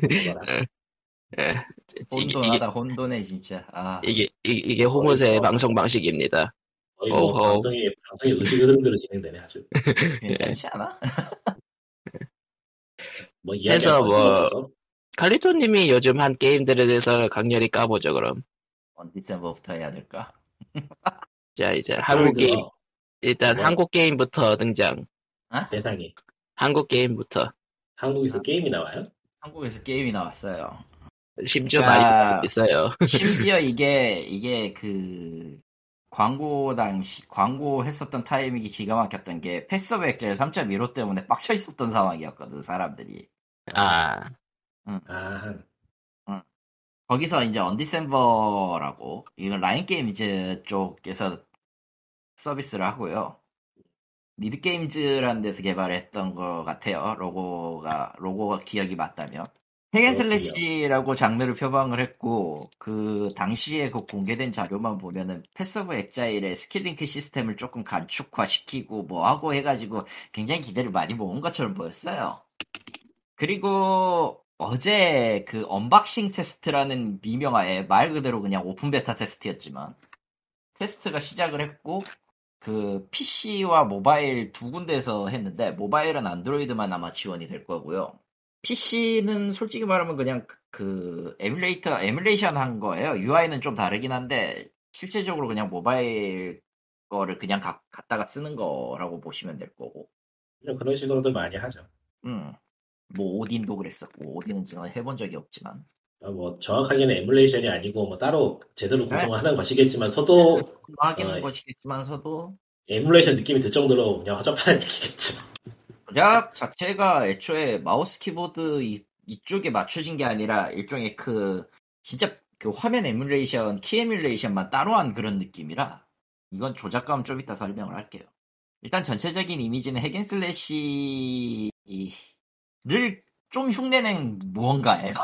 S1: 이게
S2: 혼돈하다 혼돈해 진짜. 아
S1: 이게 이게- 이게 호모세의 뭐.
S3: 어이구.
S1: 방송 방식입니다
S3: 거의 뭐
S1: 어허.
S3: 방송의 방송의 의식 흐름대로 진행되네 아주.
S2: 괜찮지 않아?
S3: 뭐 이야기
S1: 해서
S3: 할거
S1: 뭐-
S3: 없어서
S1: 칼리토님이 요즘 한 게임들에 대해서 강렬히 까보죠 그럼
S2: 언디셈버부터 해야 될까?
S1: 자 이제 한국 게임 일단
S3: 뭐?
S1: 한국 게임부터 등장
S3: 세상에
S1: 한국 게임부터 아.
S3: 한국에서 게임이 나와요?
S2: 한국에서 게임이 나왔어요.
S1: 심지어
S2: 그러니까
S1: 많이 있어요
S2: 심지어 이게 이게 그 광고 당시 광고 했었던 타이밍이 기가 막혔던 게 패스 오브 액젤 3.15 때문에 빡쳐 있었던 상황이었거든 사람들이
S1: 아
S3: 아
S2: 거기서 이제 언디셈버라고 이건 라인 게임즈 쪽에서 서비스를 하고요 니드 게임즈라는 데서 개발했던 것 같아요 로고가 로고가 기억이 맞다면 헤겐 슬래시라고 장르를 표방을 했고 그 당시에 그 공개된 자료만 보면은 패스 오브 액자일의 스킬링크 시스템을 조금 간축화시키고 뭐 하고 해가지고 굉장히 기대를 많이 모은 것처럼 보였어요. 그리고 어제 그 언박싱 테스트라는 미명하에 말 그대로 그냥 오픈 베타 테스트였지만 테스트가 시작을 했고 그 PC와 모바일 두 군데에서 했는데 모바일은 안드로이드만 아마 지원이 될 거고요. PC는 솔직히 말하면 그냥 그- 그 에뮬레이터 에뮬레이션 한 거예요. UI는 좀 다르긴 한데 실제적으로 그냥 모바일 거를 그냥 가- 갖다가 쓰는 거라고 보시면 될 거고.
S3: 뭐 그냥 그런 식으로도 많이 하죠.
S2: 음. 뭐 오딘도 그랬었고 오딘은 제가 해본 적이 없지만
S3: 어, 뭐 정확하게는 에뮬레이션이 아니고 뭐 따로 제대로 구동하는 것이겠지만 서도
S2: 아, 하기는
S3: 어이.
S2: 것이겠지만서도
S3: 에뮬레이션 느낌이 들 정도로 그냥 허접한 얘기겠죠.
S2: 약 자체가 애초에 마우스 키보드 이, 이쪽에 맞춰진 게 아니라 일종의 그 진짜 그 화면 에뮬레이션 키 에뮬레이션만 따로 한 그런 느낌이라 이건 조작감 좀 이따 설명을 할게요. 일단 전체적인 이미지는 핵앤슬래시를 좀 흉내낸 무언가예요.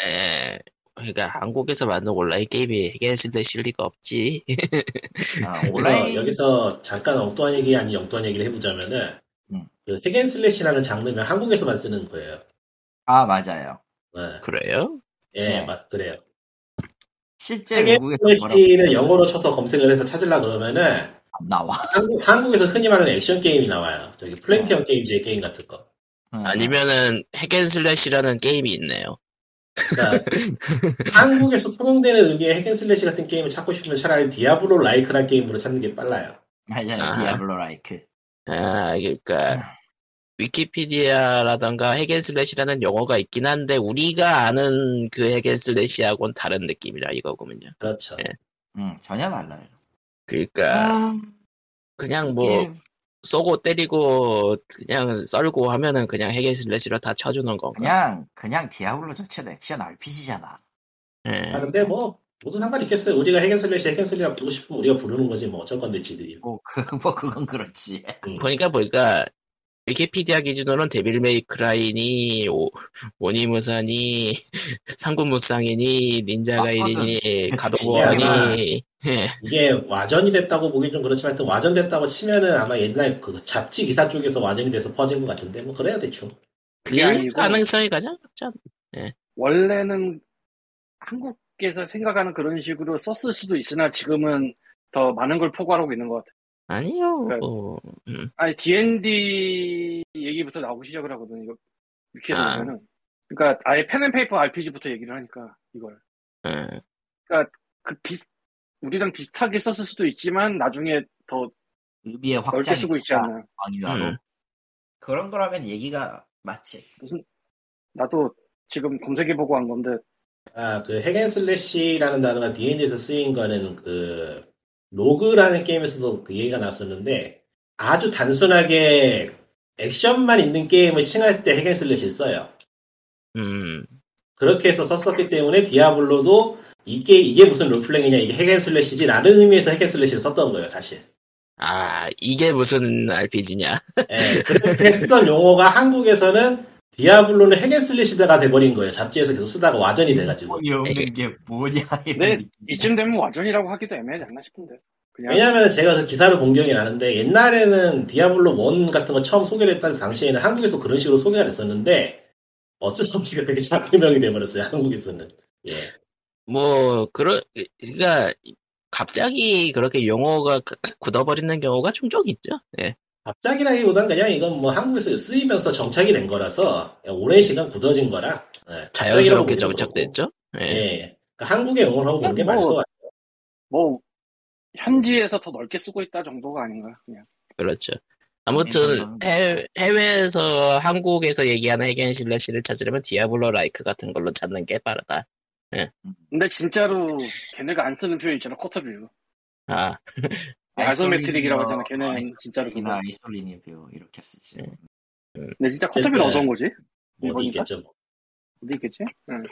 S1: 에, 그러니까 한국에서 만든 온라인 게임이 해결실대 실리가 없지
S2: 아,
S3: 그래서
S2: 온라인
S3: 여기서 잠깐 엉뚱한 얘기 아닌 엉뚱한 얘기를 해보자면은
S2: 음.
S3: 그 핵앤슬래시라는 장르는 한국에서만 쓰는 거예요.
S2: 아 맞아요.
S3: 네.
S1: 그래요?
S3: 예,
S1: 어.
S2: 네.
S3: 맞 그래요.
S2: 실제 외국에서
S3: 핵앤슬래시를
S2: 뭐라고
S3: 영어로 쳐서 검색을 해서 찾으려 그러면은
S2: 안 나와.
S3: 한국, 한국에서 흔히 말하는 액션 게임이 나와요. 저기 플랜티엄 게임즈의 게임 같은 거.
S1: 네. 아니면은 핵앤슬래시라는 게임이 있네요
S3: 그러니까 한국에서 통용되는 의미의 핵앤슬래시 같은 게임을 찾고 싶으면 차라리 디아블로 라이크란 게임으로 찾는 게 빨라요.
S2: 맞아요.
S1: 아.
S2: 디아블로 라이크.
S1: 아 그러니까 위키피디아라던가 핵앤슬래시라는 용어가 있긴 한데 우리가 아는 그 핵앤슬래시하고는 다른 느낌이라 이거군요
S3: 그렇죠.
S1: 네.
S2: 음, 전혀 달라요. 아,
S1: 그러니까 그냥 뭐
S2: 게임
S1: 쏘고 때리고 그냥 썰고 하면은 그냥 해결 슬래시로 다 쳐주는 건가?
S2: 그냥 그냥 디아블로 자체도 액션 RPG잖아.
S1: 예.
S3: 아, 근데 뭐, 무슨 상관 있겠어요. 우리가 핵앤슬래시, 핵앤슬래시라 부르고 싶으면 우리가 부르는 거지, 뭐, 어쩔 건데, 지들이.
S2: 뭐, 그, 뭐 그건 그렇지.
S1: 보니까 보니까 위키피디아 기준으로는 데빌메이크라이니, 오- 오니무산이, 상군무쌍이니, 닌자가이니, 가도보아니,
S3: 이게 와전이 됐다고 보기 좀 그렇지만 하여튼 와전됐다고 치면은 아마 옛날 그 잡지 기사 쪽에서 와전이 돼서 퍼진 것 같은데 뭐 그래야 대충
S1: 그게
S5: 아니고.
S1: 가능성이 가장 높지 않나?
S5: 원래는 한국에서 생각하는 그런 식으로 썼을 수도 있으나 지금은 더 많은 걸 포괄하고 있는 것 같아요.
S1: 아니요.
S5: 그러니까-
S1: 어, 음.
S5: 아니, D&D 얘기부터 나오기 시작을 하거든요. 이거 위키에서
S1: 아.
S5: 보면은. 그러니까 아예 펜앤페이퍼 RPG부터 얘기를 하니까 이걸.
S1: 예.
S5: 그 비슷, 우리랑 비슷하게 썼을 수도 있지만 나중에 더
S2: 의미의 확장이
S5: 넓게 쓰고 있지
S2: 있다,
S5: 않나.
S2: 광유하고
S1: 음.
S2: 그런 거라면 얘기가 맞지
S5: 나도 지금 검색해보고 한 건데
S3: 아그 핵앤슬래시라는 단어가 D&D에서 쓰인 거는 그 로그라는 게임에서도 그 얘기가 나왔었는데 아주 단순하게 액션만 있는 게임을 칭할 때 핵앤슬래시 써요
S1: 음.
S3: 그렇게 해서 썼었기 때문에 디아블로도 이게 이게 무슨 롤플레잉이냐 이게 핵앤슬래시지라는 의미에서 핵앤슬래시를 썼던 거예요 사실
S1: 아, 이게 무슨 RPG냐.
S3: 예, 그렇게 쓰던 용어가 한국에서는 디아블로는 핵앤슬래시다가 돼버린 거예요. 잡지에서 계속 쓰다가 와전이 돼가지고.
S2: 돈이 없는 게 뭐냐
S5: 네,
S2: 이런
S5: 이쯤 되면 와전이라고 하기도 애매하지 않나 싶은데 그냥
S3: 왜냐하면 제가 그 기사를 본 기억이 나는데 옛날에는 디아블로 1 같은 거 처음 소개를 했던 당시에는 한국에서 그런 식으로 소개가 됐었는데 어쩔 수 없이 그게 잡지명이 돼버렸어요. 한국에서는. 예.
S1: 뭐, 그러, 그니까, 갑자기 그렇게 용어가 그- 굳어버리는 경우가 종종 있죠. 예.
S3: 갑자기라기보단 그냥 이건 뭐 한국에서 쓰이면서 정착이 된 거라서 오랜 시간 굳어진 거라. 예, 갑자기라고
S1: 자연스럽게
S3: 보기도
S1: 정착됐죠.
S3: 그렇고.
S1: 예.
S3: 예. 그러니까 한국의 용어를 하고 보는 게
S5: 뭐,
S3: 맞을 것 같아요.
S5: 뭐 현지에서 더 넓게 쓰고 있다 정도가 아닌가 그냥
S1: 그렇죠. 아무튼
S2: 일본은-
S1: 해외, 해외에서 한국에서 얘기하는 해겐 실래시를 찾으려면 디아블로 라이크 같은 걸로 찾는 게 빠르다.
S5: 근데 진짜로 걔네가 안 쓰는 표현 있잖아 쿼터뷰
S1: 아,
S5: 아이소메트릭이라고 하잖아 걔네는 진짜로 그거
S2: 이나 아이솔린의 배우 이렇게 쓰지
S5: 근데 진짜
S3: 그러니까.
S5: 쿼터뷰는 어디서 온 거지?
S3: 뭐 어디
S5: 일본인가?
S3: 있겠죠. 뭐.
S5: 어디 있겠지? 응.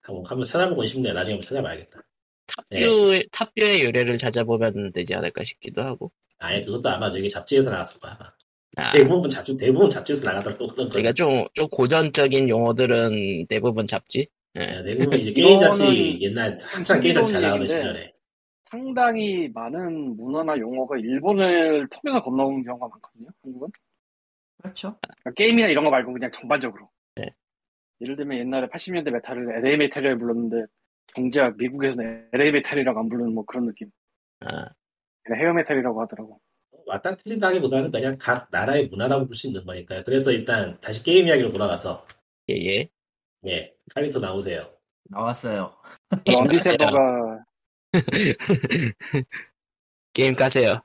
S3: 한번 한번 찾아보고 싶네요. 나중에 한번 찾아봐야겠다.
S1: 탑뷰, 탑뷰의 유래를 찾아보면 되지 않을까 싶기도 하고.
S3: 아예 그것도 아마 저기 잡지에서 나왔을 거야. 아마.
S1: 아,
S3: 대부분 잡지 대부분 잡지에서 나가더라고 그런 거.
S1: 그러니까 좀, 좀 고전적인 용어들은 대부분 잡지.
S3: 예, 대부분 이제 게임 잡지
S5: 이거는
S3: 옛날 한창 게임 잡지 잘 나가던
S5: 흥미로운
S3: 시절에.
S5: 상당히 많은 문화나 용어가 일본을 통해서 건너온 경우가 많거든요 한국은
S2: 그렇죠
S5: 그러니까 게임이나 이런 거 말고 그냥 전반적으로
S1: 네.
S5: 예를 들면 옛날에 80년대 메탈을 LA 메탈이라고 불렀는데 정작 미국에서는 LA 메탈이라고 안 부르는 뭐 그런 느낌
S1: 아,
S5: 그냥 헤어 메탈이라고 하더라고
S3: 왔다 틀린다기보다는 그냥 각 나라의 문화라고 볼 수 있는 거니까요. 그래서 일단 다시 게임 이야기로 돌아가서
S1: 예, 예.
S3: 예 칼리터 나오세요.
S2: 나왔어요
S5: 런디세버가
S1: 게임 까세요.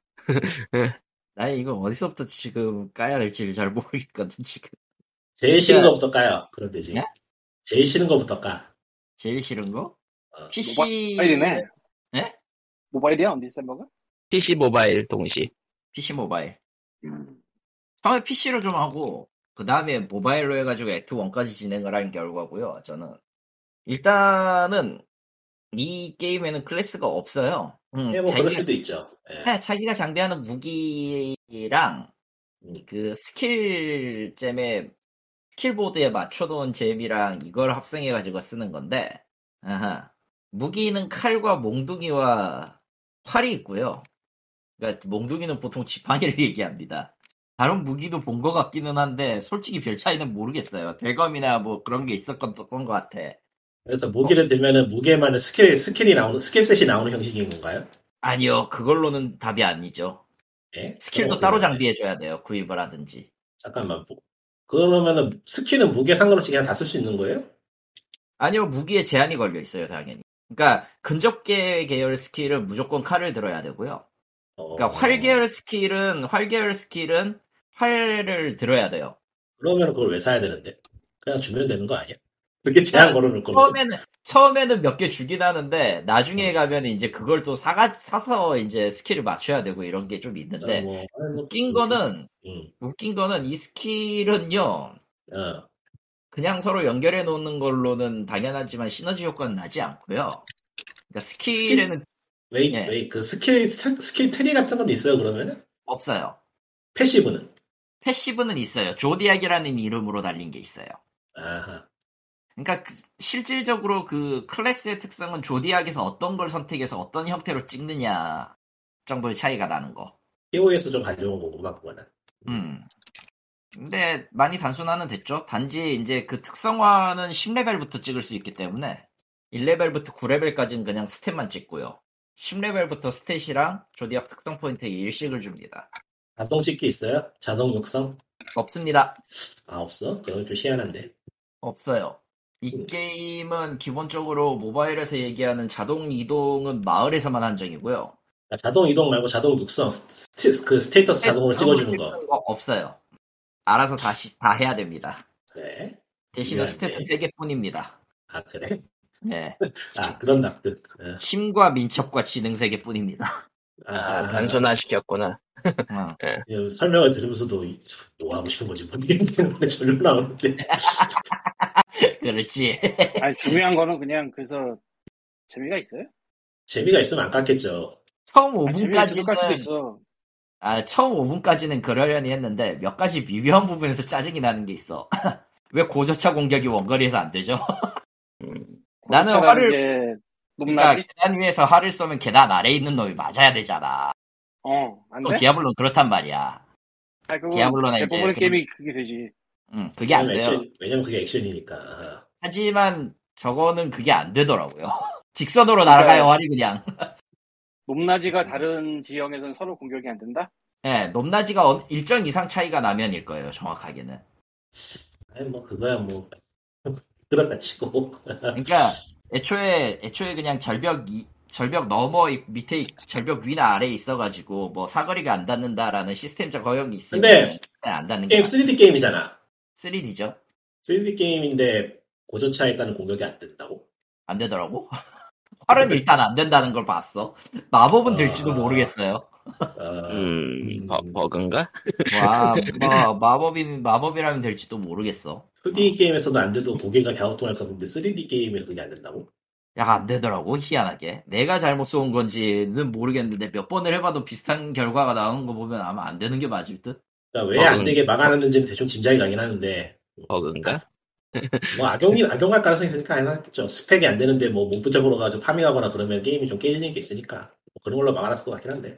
S2: 나 이거 어디서부터 지금 까야 될지를 잘 모르겠거든 지금
S3: 제일 싫은
S2: 그러니까-
S3: 거부터 까요. 그런 데지.
S2: 네?
S3: 제일 싫은 거부터 까.
S2: 제일 싫은 거
S5: 아,
S3: 어.
S2: PC
S5: 모바일이네
S2: 예?
S5: 모바일이야 런디세버가?
S1: PC 모바일 동시.
S2: PC 모바일
S3: 음.
S2: 처음에 PC로 좀 하고 그 다음에 모바일로 해가지고 액트 1까지 진행을 한 결과고요. 저는 일단은 이 게임에는 클래스가 없어요. 음,
S3: 예, 뭐 그럴 수도
S2: 자기가,
S3: 있죠. 예.
S2: 네, 자기가 장비하는 무기랑
S3: 음.
S2: 그 스킬잼에 스킬보드에 맞춰놓은 잼이랑 이걸 합성해가지고 쓰는 건데 아하. 무기는 칼과 몽둥이와 활이 있고요. 그러니까 몽둥이는 보통 지팡이를 얘기합니다. 다른 무기도 본 것 같기는 한데 솔직히 별 차이는 모르겠어요. 대검이나 뭐 그런 게 있었던 것 같아.
S3: 그래서 무기를 들면은 무게만은 스킬 스킬이 나오는 스킬셋이 나오는 형식인 건가요?
S2: 아니요, 그걸로는 답이 아니죠.
S3: 예?
S2: 스킬도
S3: 그런 것도
S2: 따로
S3: 있는데.
S2: 장비해줘야 돼요. 구입을 하든지.
S3: 잠깐만. 뭐- 그러면은 스킬은 무게 상관없이 그냥 다 쓸 수 있는 거예요?
S2: 아니요, 무기에 제한이 걸려 있어요, 당연히. 그러니까 근접계 계열 스킬은 무조건 칼을 들어야 되고요.
S3: 어,
S2: 그러니까 활 계열 스킬은 활 계열 스킬은 활을 들어야 돼요.
S3: 그러면 그걸 왜 사야 되는데? 그냥 주면 되는 거 아니야? 그렇게 제한
S2: 아,
S3: 걸어놓을 거면
S2: 처음에는 처음에는 몇 개 주긴 하는데
S3: 어.
S2: 나중에 가면 이제 그걸 또 사가 사서 이제 스킬을 맞춰야 되고 이런 게 좀 있는데
S3: 뭐, 아니, 뭐,
S2: 네. 웃긴 거는
S3: 음,
S2: 웃긴 거는 이 스킬은요
S3: 어,
S2: 그냥 서로 연결해 놓는 걸로는 당연하지만 시너지 효과는 나지 않고요. 그러니까 스킬에는
S3: 왜,
S2: 예.
S3: 왜, 그 스킬 스- 스킬 트리 같은 건 있어요 그러면은
S2: 없어요.
S3: 패시브는
S2: 패시브는 있어요. 조디악이라는 이름으로 달린 게 있어요.
S3: 아하.
S2: 그러니까 그- 실질적으로 그 클래스의 특성은 조디악에서 어떤 걸 선택해서 어떤 형태로 찍느냐 정도의 차이가 나는 거.
S3: PO에서 좀 가져온 거구만, 뭐, 그거는.
S2: 음. 근데 많이 단순화는 됐죠. 단지 이제 그 특성화는 10레벨부터 찍을 수 있기 때문에 1레벨부터 9레벨까지는 그냥 스탯만 찍고요. 10레벨부터 스탯이랑 조디악 특성 포인트에 일식을 줍니다.
S3: 자동 찍기 있어요? 자동 육성?
S2: 없습니다.
S3: 아, 없어? 그럼 좀 희한한데.
S2: 없어요. 이
S3: 음.
S2: 게임은 기본적으로 모바일에서 얘기하는 자동 이동은 마을에서만 한정이고요.
S3: 아, 자동 이동 말고 자동 육성, 스테, 그 스테이터스 자동으로 찍어주는 거.
S2: 네, 찍는 거 없어요. 알아서 다시 다 해야 됩니다.
S3: 그래?
S2: 대신에
S3: 미안해.
S2: 스탯은 3개뿐입니다.
S3: 네. 아, 그래?
S2: 네.
S3: 아, 그런 납득. 어.
S2: 힘과 민첩과 지능 3개뿐입니다. 어,
S1: 아, 단순화시켰구나.
S3: 지금 설명을 들으면서도 이- 뭐 하고 싶은 건지 모르겠는데 절로 나오는데
S2: 그렇지.
S5: 아니, 중요한 거는 그냥 그래서 재미가 있어요?
S3: 재미가 있으면 안 깠겠죠.
S2: 처음
S5: 아니, 재미가 있어도 깔 수도
S2: 5분까지는
S5: 있어.
S2: 아, 처음 5분까지는 그러려니 했는데 몇 가지 미묘한 부분에서 짜증이 나는 게 있어. 왜 고저차 공격이 원거리에서 안 되죠?
S1: 음,
S2: 나는
S5: 고차라는
S2: 화를-
S5: 게
S2: 그러니까
S5: 높나지?
S2: 계단 위에서 활을 쏘면 계단 아래에 있는 놈이 맞아야 되잖아.
S5: 어, 안
S2: 또
S5: 돼?
S2: 디아블로는 그렇단 말이야.
S5: 아니, 그건
S2: 디아블로나 이제
S5: 대부분의
S2: 그런-
S5: 게임이 그게 되지.
S2: 음, 그게 안 돼요.
S3: 액션, 왜냐면 네, 그게 액션이니까. 아,
S2: 하지만 저거는 그게 안 되더라고요. 직선으로 날아가요,
S3: 네.
S5: 그러니까-
S2: 활이 그냥.
S5: 높낮이가 다른 지형에선 서로 공격이 안 된다?
S2: 예, 높낮이가 어- 일정 이상 차이가 나면일 거예요,
S3: 네.
S2: 정확하게는.
S3: 아니 뭐 그거야 뭐 그런다 치고
S2: 그러니까 애초에 애초에 그냥 절벽 이- 절벽 너머 이- 밑에 이- 절벽 위나 아래에 있어가지고 뭐 사거리가 안 닿는다라는 시스템적 허용이 있으면 네,
S3: 근데
S2: 안 닿는 게
S3: 게임 3D 게임이잖아.
S2: 3D죠.
S3: 3D 게임인데 고전차에 따른 공격이 안 된다고.
S2: 안 되더라고. 활은 일단 안 된다는 걸 봤어. 마법은
S3: 아.
S2: 될지도 모르겠어요.
S3: 어,
S1: 음, 버, 버그인가?
S2: 와, 뭐, 마법인 마법이라면 될지도 모르겠어.
S3: 2D 게임에서도 안 돼도 고개가 갸우뚱할 것 같은데 3D 게임에서 그게 안 된다고?
S2: 야, 안 되더라고, 희한하게. 내가 잘못 쏜 건지는 모르겠는데, 몇 번을 해봐도 비슷한 결과가 나오는 거 보면 아마 안 되는 게 맞을 듯?
S3: 그러니까 왜 안
S1: 어,
S3: 되게 막아놨는지는 대충 짐작이 가긴 하는데
S1: 버그인가?
S3: 뭐 악용이 악용할 가능성이 있으니까 안 하겠죠. 스펙이 안 되는데 뭐못 붙잡으러 가서 파밍하거나 그러면 게임이 좀 깨지는 게 있으니까 뭐 그런 걸로 막아놨을 것 같긴 한데.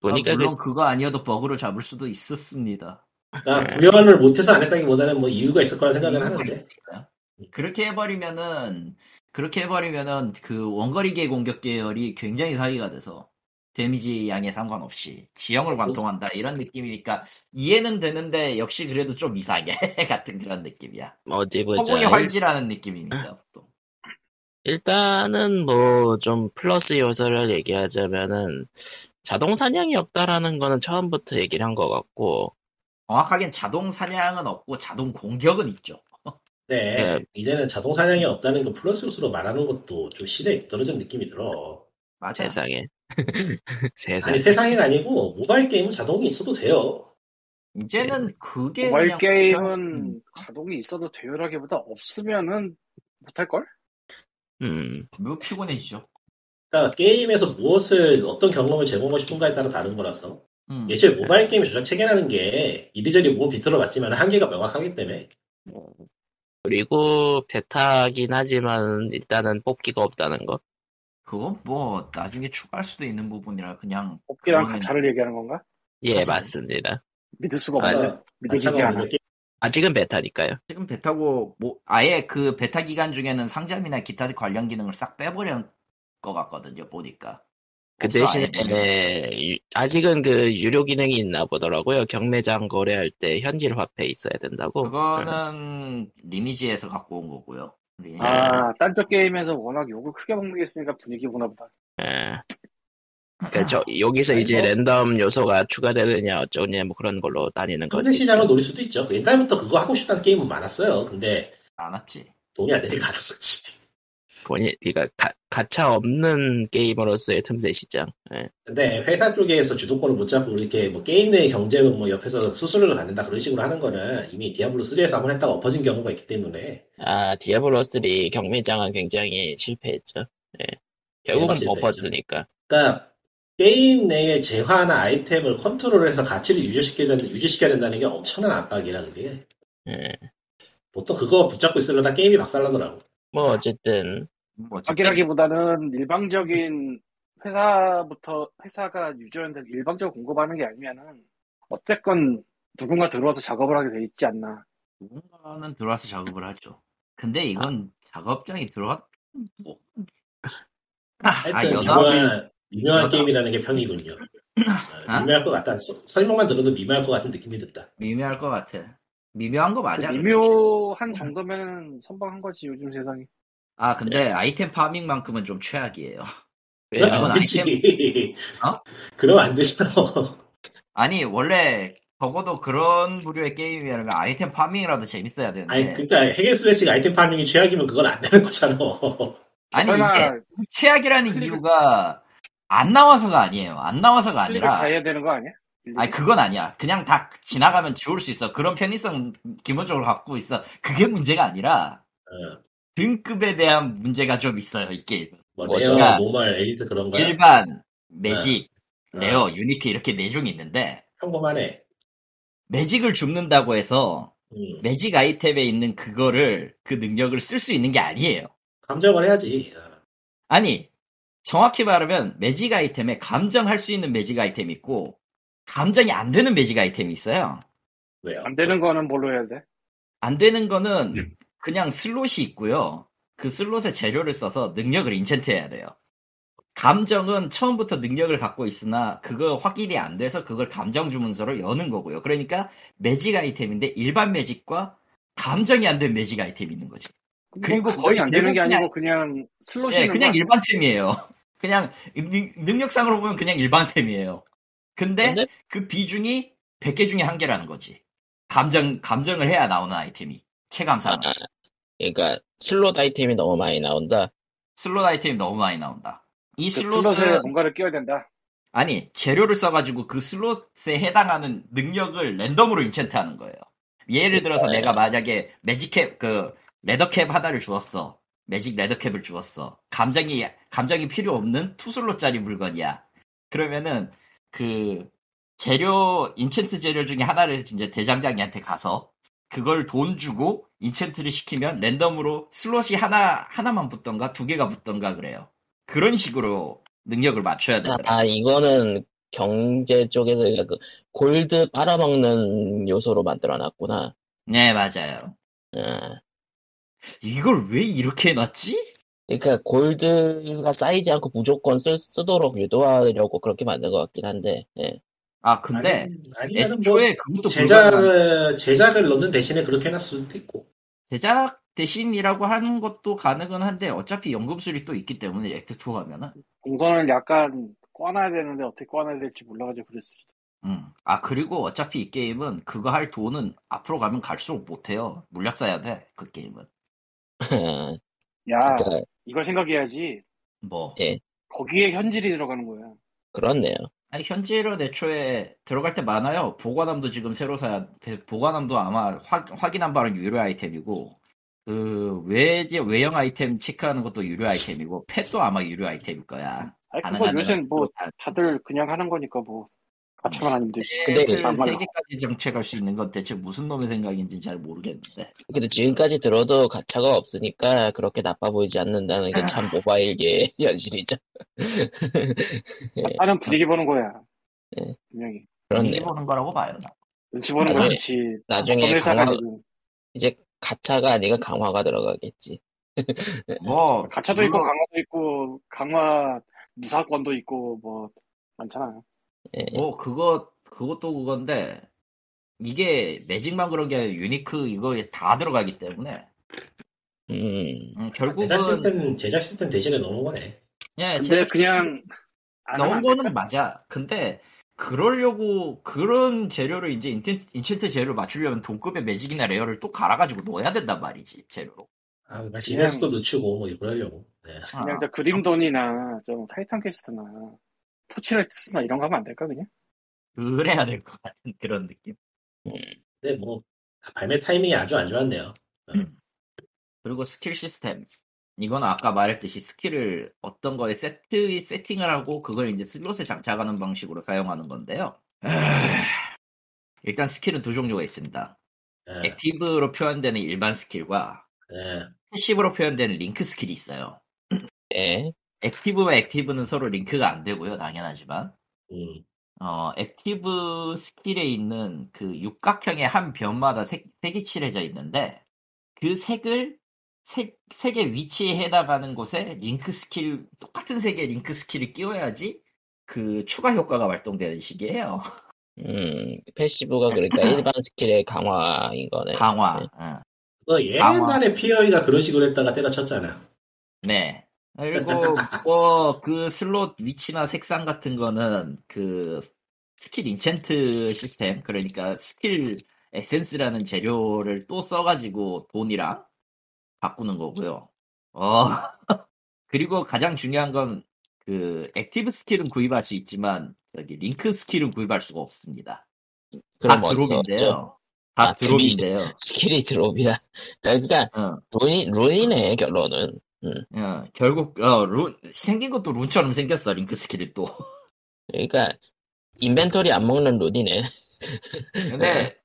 S1: 보니까
S2: 아, 물론 그... 거 아니어도 버그로 잡을 수도 있었습니다.
S3: 그러니까 구현을 못해서 안 했다기보다는 뭐 이유가 있을 거라 생각은
S2: 이유가
S3: 하는데.
S2: 있으니까요. 그렇게 해버리면은, 그렇게 해버리면은, 그 원거리계 공격 계열이 굉장히 사기가 돼서, 데미지 양에 상관없이, 지형을 관통한다, 이런 느낌이니까, 이해는 되는데, 역시 그래도 좀 이상해. 같은 그런 느낌이야.
S1: 어디 보자.
S2: 허공이 활지라는 느낌이니까, 또.
S1: 일단은 뭐 좀 플러스 요소를 얘기하자면은 자동 사냥이 없다라는 거는 처음부터 얘기를 한 것 같고
S2: 정확하게는 자동 사냥은 없고 자동 공격은 있죠.
S3: 네,
S1: 네.
S3: 이제는 자동 사냥이 없다는 거 플러스 요소로 말하는 것도 좀 실에 떨어진 느낌이 들어.
S2: 맞아.
S1: 세상에 세상에
S3: 아니 세상이 아니고 모바일 게임은 자동이 있어도 돼요.
S2: 이제는
S1: 네.
S2: 그게
S5: 모바일
S2: 예, 그냥 음.
S5: 게임은 자동이 있어도 되요라기보다 없으면은 못할걸?
S1: 음
S2: 매우 뭐 피곤해지죠.
S3: 그러니까 게임에서 무엇을 어떤 경험을 제공하고 싶은가에 따라 다른 거라서
S2: 음.
S3: 예전에
S1: 뭐-
S3: 모바일 게임 조작 체계라는 게 이리저리 몸 비틀어 봤지만 한계가 명확하기 때문에
S1: 그리고 베타긴 하지만 일단은 뽑기가 없다는 거
S2: 그건 뭐 나중에 추가할 수도 있는 부분이라 그냥
S5: 업기랑
S2: 그거는-
S5: 가차를 얘기하는 건가?
S1: 예
S2: 그렇죠.
S1: 맞습니다
S5: 믿을 수가
S1: 아,
S5: 없네.
S3: 그러니까
S5: 믿어지지
S3: 가차가
S5: 않아.
S3: 없는 게
S1: 아직은 베타니까요
S2: 지금 배 타고 뭐 아예 그 베타 기간 중에는 상점이나 기타 관련 기능을 싹 빼버린 것 같거든요. 보니까.
S1: 그
S2: 없어,
S1: 대신에
S2: 아예 보면.
S3: 네.
S1: 유- 아직은 그 유료 기능이 있나 보더라고요 경매장 거래할 때 현질 화폐 있어야 된다고
S2: 그거는 리니지에서 갖고 온 거고요. 리니지.
S5: 아, 딴쪽 게임에서 워낙 욕을 크게 먹는 게 있으니까 분위기 보나 보다.
S1: 예. 그러니까 저- 여기서
S3: 아니,
S1: 이제
S3: 뭐-
S1: 랜덤 요소가 추가되느냐 어쩌냐 뭐 그런 걸로 나뉘는
S3: 평생
S1: 거지.
S3: 시장을 노릴 수도 있죠. 그 옛날부터 그거 하고 싶다는 게임은 많았어요. 근데
S2: 안 왔지.
S3: 돈이 안 되니까 안 하는 거지.
S1: 본인 그러니까 가, 가차 없는 게임으로서의 틈새 시장. 예.
S3: 근데 회사 쪽에서 주도권을 못 잡고 이렇게 뭐 게임 내 경쟁은 뭐 옆에서 수수료를 받는다 그런 식으로 하는 거는 이미 디아블로 3에서 한번 했다가 엎어진 경우가 있기 때문에
S1: 아 디아블로 3 경매장은 굉장히 실패했죠. 예. 결국은
S3: 실패했죠.
S1: 엎었으니까.
S3: 그러니까 게임 내에 재화나 아이템을 컨트롤해서 가치를 유지시켜야, 된다, 유지시켜야 된다는 게 엄청난 압박이라 그게
S1: 예.
S3: 보통 그거 붙잡고 있으려다 게임이 박살나더라고 아.
S1: 뭐 어쨌든
S2: 뭐
S5: 확인하기보다는 일방적인 회사부터 회사가 유저한테 일방적으로 공급하는 게 아니면은 어쨌건 누군가 들어와서 작업을 하게 돼 있지 않나.
S2: 누군가는 들어와서 작업을 하죠. 근데 이건 작업장이 들어와 뭐. 아, 아
S3: 하여튼
S2: 여담
S3: 유명한, 유명한
S2: 여담.
S3: 게임이라는 게 편이군요 어,
S2: 아?
S3: 미묘할 것 같다 소- 설명만 들어도 미묘할 것 같은 느낌이 든다
S2: 미묘할 것 같아. 미묘한 거 맞아.
S5: 미묘한 정도면은 선방한 거지 요즘 세상에.
S2: 아 근데 아이템 파밍만큼은 좀 최악이에요.
S1: 예,
S3: 그럼
S2: 이건
S3: 안 되지
S2: 어?
S3: 그럼 안 되잖아
S2: 아니 원래 적어도 그런 부류의 게임이라면 아이템 파밍이라도 재밌어야 되는데
S3: 아니 그러니까 핵앤 슬래시가 아이템 파밍이 최악이면 그건 안 되는 거잖아 어.
S2: 아니, 이게
S5: 설마
S2: 최악이라는
S5: 클릭을-
S2: 이유가 안 나와서가 아니에요. 안 나와서가
S5: 클릭을 다
S2: 아니라
S5: 해야 되는 거 아니야?
S2: 아니 그건 아니야. 그냥 다 지나가면 지울 수 있어. 그런 편의성 기본적으로 갖고 있어. 그게 문제가 아니라
S3: 어,
S2: 등급에 대한 문제가 좀 있어요. 이 게임.
S3: 뭐
S1: 뭐죠?
S3: 레어,
S2: 그러니까
S3: 노멀, 엘리트 그런 거야
S2: 일반, 매직,
S3: 어,
S2: 레어, 유니크 이렇게 네 종이 있는데
S3: 평범하네
S2: 매직을 줍는다고 해서
S3: 음,
S2: 매직 아이템에 있는 그거를 그 능력을 쓸 수 있는 게 아니에요.
S3: 감정을 해야지 어,
S2: 아니, 정확히 말하면 매직 아이템에 감정할 수 있는 매직 아이템이 있고, 감정이 안 되는 매직 아이템이 있어요.
S3: 왜요?
S5: 안 되는 거는 뭘로 해야 돼?
S2: 안 되는 거는 그냥 슬롯이 있고요. 그 슬롯에 재료를 써서 능력을 인챈트해야 돼요. 감정은 처음부터 능력을 갖고 있으나 그거 확인이 안 돼서 그걸 감정 주문서로 여는 거고요. 그러니까 매직 아이템인데 일반 매직과 감정이 안 된 매직 아이템이 있는 거죠. 그리고
S5: 그건
S2: 거의
S5: 안 되는 게
S2: 대부분이
S5: 아니고 그냥 슬롯이
S2: 예,
S5: 있는
S2: 그냥
S5: 거 아니야?
S2: 일반템이에요. 그냥 능- 능력상으로 보면 그냥 일반템이에요. 근데,
S1: 근데-
S2: 그 비중이 100개 중에 한 개라는 거지. 감정 감정을 해야 나오는 아이템이 체감상
S1: 아, 그러니까 슬롯 아이템이 너무 많이 나온다.
S2: 슬롯 아이템이 너무 많이 나온다. 이
S5: 그
S2: 슬롯은
S5: 슬롯에 뭔가를 끼워야 된다.
S2: 아니 재료를 써가지고 그 슬롯에 해당하는 능력을 랜덤으로 인챈트하는 거예요. 예를 들어서
S1: 네.
S2: 내가 만약에 매직캡 그 레더캡 하나를 주었어. 매직 레더캡을 주었어. 감정이 감정이 필요 없는 투슬롯짜리 물건이야. 그러면은 그 재료 인챈트 재료 중에 하나를 이제 대장장이한테 가서 그걸 돈 주고 인챈트를 시키면 랜덤으로 슬롯이 하나 하나만 붙던가 두 개가 붙던가 그래요. 그런 식으로 능력을 맞춰야
S1: 아,
S2: 된다.
S1: 아, 이거는 경제 쪽에서 그러니까 그 골드 빨아먹는 요소로 만들어놨구나.
S2: 네, 맞아요.
S1: 예.
S2: 이걸 왜 이렇게 해놨지?
S1: 그러니까 골드가 쌓이지 않고 무조건 쓸, 쓰도록 유도하려고 그렇게 만든 것 같긴 한데. 예.
S2: 아, 근데
S3: 아니, 아니면은 뭐
S2: 애초에 그것도
S3: 제작
S2: 불가능한
S3: 제작을 넣는 대신에 그렇게 해놨을 수도 있고
S2: 제작 대신이라고 하는 것도 가능은 한데 어차피 연금술이 또 있기 때문에 액트 2 가면은
S5: 동선을 약간 꺼놔야 되는데 어떻게 꺼놔야 될지 몰라가지고 그랬어.
S2: 음. 아, 그리고 어차피 이 게임은 그거 할 돈은 앞으로 가면 갈수록 못해요. 물약 사야 돼, 그 게임은.
S5: 야,
S1: 그러니까
S5: 이걸 생각해야지.
S2: 뭐.
S1: 예.
S5: 거기에 현질이 들어가는 거야.
S1: 그렇네요.
S2: 아니, 현질은 애초에 들어갈 때 많아요. 보관함도 지금 새로 사야, 보관함도 아마 확, 확인한 바는 유료 아이템이고, 그, 외, 외형 아이템 체크하는 것도 유료 아이템이고, 펫도 아마 유료 아이템일 거야.
S5: 아니,
S2: 가능한
S5: 그거
S2: 데는
S5: 요새는 뭐
S2: 다-
S5: 다들 그냥 하는 거니까 뭐 가차만 아니면 되지.
S1: 근데
S2: 펫을
S5: 안 말라.
S2: 세 개까지 정책할 수 있는 건 대체 무슨 놈의 생각인지 잘 모르겠는데.
S1: 근데 지금까지 들어도 가차가 없으니까 그렇게 나빠 보이지 않는다는 게 참 모바일계의 현실이죠.
S2: 네.
S5: 하는 분위기 보는 거야.
S1: 예.
S5: 분명히.
S2: 이게
S1: 그렇네요.
S2: 보는 거라고 봐요. 네. 나.
S5: 눈치 보는 거
S1: 나중에-
S5: 좋지.
S1: 나중에
S5: 어떤 회사가
S1: 강화-
S5: 지금
S1: 이제 가차가 아니라 강화가 들어가겠지.
S2: 뭐,
S5: 가차도 있고 강화도 있고 강화 무사권도 있고 뭐 많잖아.
S1: 예.
S2: 뭐 그거 그것도 그건데 이게 매직만 그런 게 아니라 유니크 이거에 다 들어가기 때문에
S1: 음.
S2: 음,
S3: 아, 제작
S2: 결국은
S3: 시스템 제작 시스템 대신에 넣은 거네
S2: 예
S5: 근데
S2: 제작
S5: 그냥 안 하면
S2: 넣은
S5: 안
S2: 거는
S5: 될까?
S2: 맞아 근데 그러려고 그런 재료를 이제 인텐, 인챈트 재료를 맞추려면 동급의 매직이나 레어를 또 갈아가지고 넣어야 된단 말이지 재료로
S3: 아, 집에서도 늦추고 뭐 이러려고 네.
S2: 아,
S5: 그냥 저 그림돈이나 좀 타이탄 퀘스트나 토치라이트나 이런 거 하면 안 될까 그냥?
S2: 그래야 될 것 같은 그런 느낌
S3: 근데 뭐 발매 타이밍이 아주 안 좋았네요
S2: 그리고 스킬 시스템 이건 아까 말했듯이 스킬을 어떤 거에 세트, 세팅을 하고 그걸 이제 슬롯에 장착하는 방식으로 사용하는 건데요. 일단 스킬은 두 종류가 있습니다.
S5: 네.
S3: 예,
S2: 액티브로 표현되는 일반 스킬과
S3: 예.
S2: 패시브로 표현되는 링크 스킬이 있어요.
S1: 예.
S2: 액티브와 액티브는 서로 링크가 안 되고요, 당연하지만.
S3: 음,
S2: 어, 액티브 스킬에 있는 그 육각형의 한 변마다 색, 색이 칠해져 있는데, 그 색을 색, 색의 위치에 해당하는 곳에 링크 스킬, 똑같은 색의 링크 스킬을 끼워야지 그 추가 효과가 발동되는 식이에요.
S1: 음, 패시브가 그러니까 일반 스킬의 강화인 거네.
S2: 강화. 어.
S1: 네.
S2: 응.
S3: 그거
S2: 강화.
S3: 옛날에 피어이가 그런 식으로 했다가 때려쳤잖아.
S2: 네. 그리고 뭐 그 슬롯 위치나 색상 같은 거는 그 스킬 인챈트 시스템 그러니까 스킬 에센스라는 재료를 또 써가지고 돈이랑 바꾸는 거고요. 어 그리고 가장 중요한 건 그 액티브 스킬은 구입할 수 있지만 저기 링크 스킬은 구입할 수가 없습니다. 다
S1: 그럼 어디서 얻죠?
S2: 아, 드롭인데요. 다
S1: 아,
S2: 드롭인데요.
S1: 스킬이 드롭이야. 그러니까
S2: 응.
S1: 룬이 룬이네 결론은.
S2: 어, 결국 어, 룬, 생긴 것도 룬처럼 생겼어 링크 스킬이 또.
S1: 그러니까 인벤토리 안 먹는 룬이네.
S2: 근데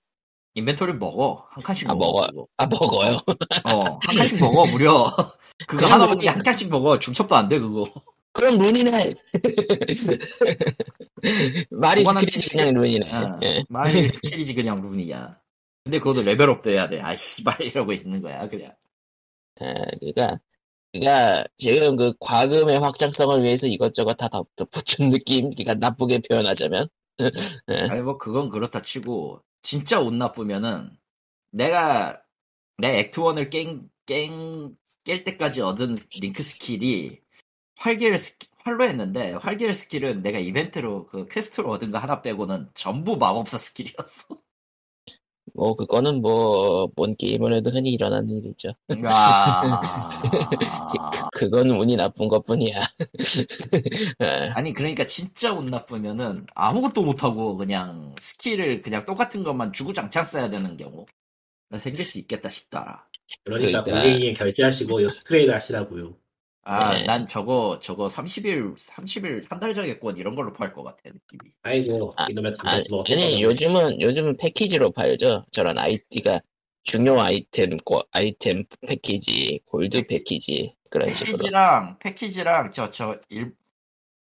S2: 인벤토리 먹어 한 칸씩
S1: 네. 아,
S2: 먹어.
S1: 아 먹어요.
S2: 어한 칸씩 먹어 무려 그거
S1: 그냥
S2: 하나
S1: 먹지.
S2: 먹는 게한 칸씩 먹어 중첩도 안 돼 그거.
S1: 그럼 룬이네. 말이
S2: 보관함
S1: 스킬이지
S2: 치즈.
S1: 그냥 룬이네.
S2: 어,
S1: 예.
S2: 마이 스킬이지 그냥 룬이야. 근데 그것도 레벨업 돼야 돼. 아이씨 말 이러고 있는 거야 그냥.
S1: 아, 그러니까 그러니까 지금 그 과금의 확장성을 위해서 이것저것 다 덮- 덮어준 느낌. 그러니까 나쁘게 표현하자면.
S2: 아니 뭐 그건 그렇다 치고 진짜 운 나쁘면은 내가 내 액트 원을 깬깰 때까지 얻은 링크 스킬이 활기를 스키- 활로 했는데 활기를 스킬은 내가 이벤트로 그 퀘스트로 얻은 거 하나 빼고는 전부 마법사 스킬이었어.
S1: 뭐 그거는 뭐 뭔 게임을 해도 흔히 일어나는 일이죠.
S2: 야.
S1: 그건 운이 나쁜 것뿐이야. 예.
S2: 아니 그러니까 진짜 운 나쁘면은 아무것도 못 하고 그냥 스킬을 그냥 똑같은 것만 주구장창 써야 되는 경우 생길 수 있겠다 싶더라.
S3: 그러니까
S1: 그러니까.
S3: 고객에게 결제하시고 요- 트레이드 하시라고요.
S2: 아,
S1: 네.
S2: 난 저거, 저거 30일, 30일, 한 달 전에권 이런 걸로 팔 것 같아, 느낌이.
S3: 아이고
S1: 아,
S3: 이놈의
S1: 아,
S3: 감자수 먹었다.
S1: 아니 요즘은 요즘은 패키지로 팔죠. 저런 아이디가 중요 아이템 고- 아이템 패키지, 골드 패키지 네, 그런 식으로.
S2: 패키지랑, 패키지랑, 저, 저, 일,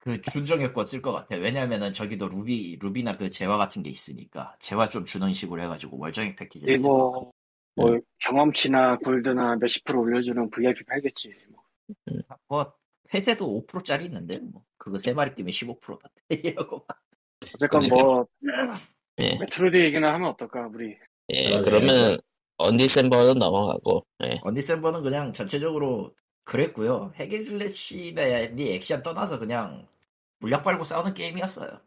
S2: 그, 준정액권 쓸 것 같아. 왜냐면은 저기도 루비, 루비나 그 재화 같은 게 있으니까. 재화 좀 주는 식으로 해가지고 월정액 패키지를 쓸것 같아.
S5: 그리고 뭐 경험치나 골드나 몇십 프로 올려주는 VIP 팔겠지. 뭐.
S2: 뭐, 폐쇄도 5%짜리 있는데, 뭐. 그거 세 마리 끼면 15%다. 이러고. 막.
S5: 어쨌건 뭐
S1: 예,
S5: 메트로이드 얘기나 하면 어떨까 우리.
S1: 예.
S3: 그러네요.
S1: 그러면 언디셈버는 넘어가고. 예.
S2: 언디셈버는 그냥 전체적으로 그랬고요. 핵인슬래시나 액션 떠나서 그냥 물약 빨고 싸우는 게임이었어요.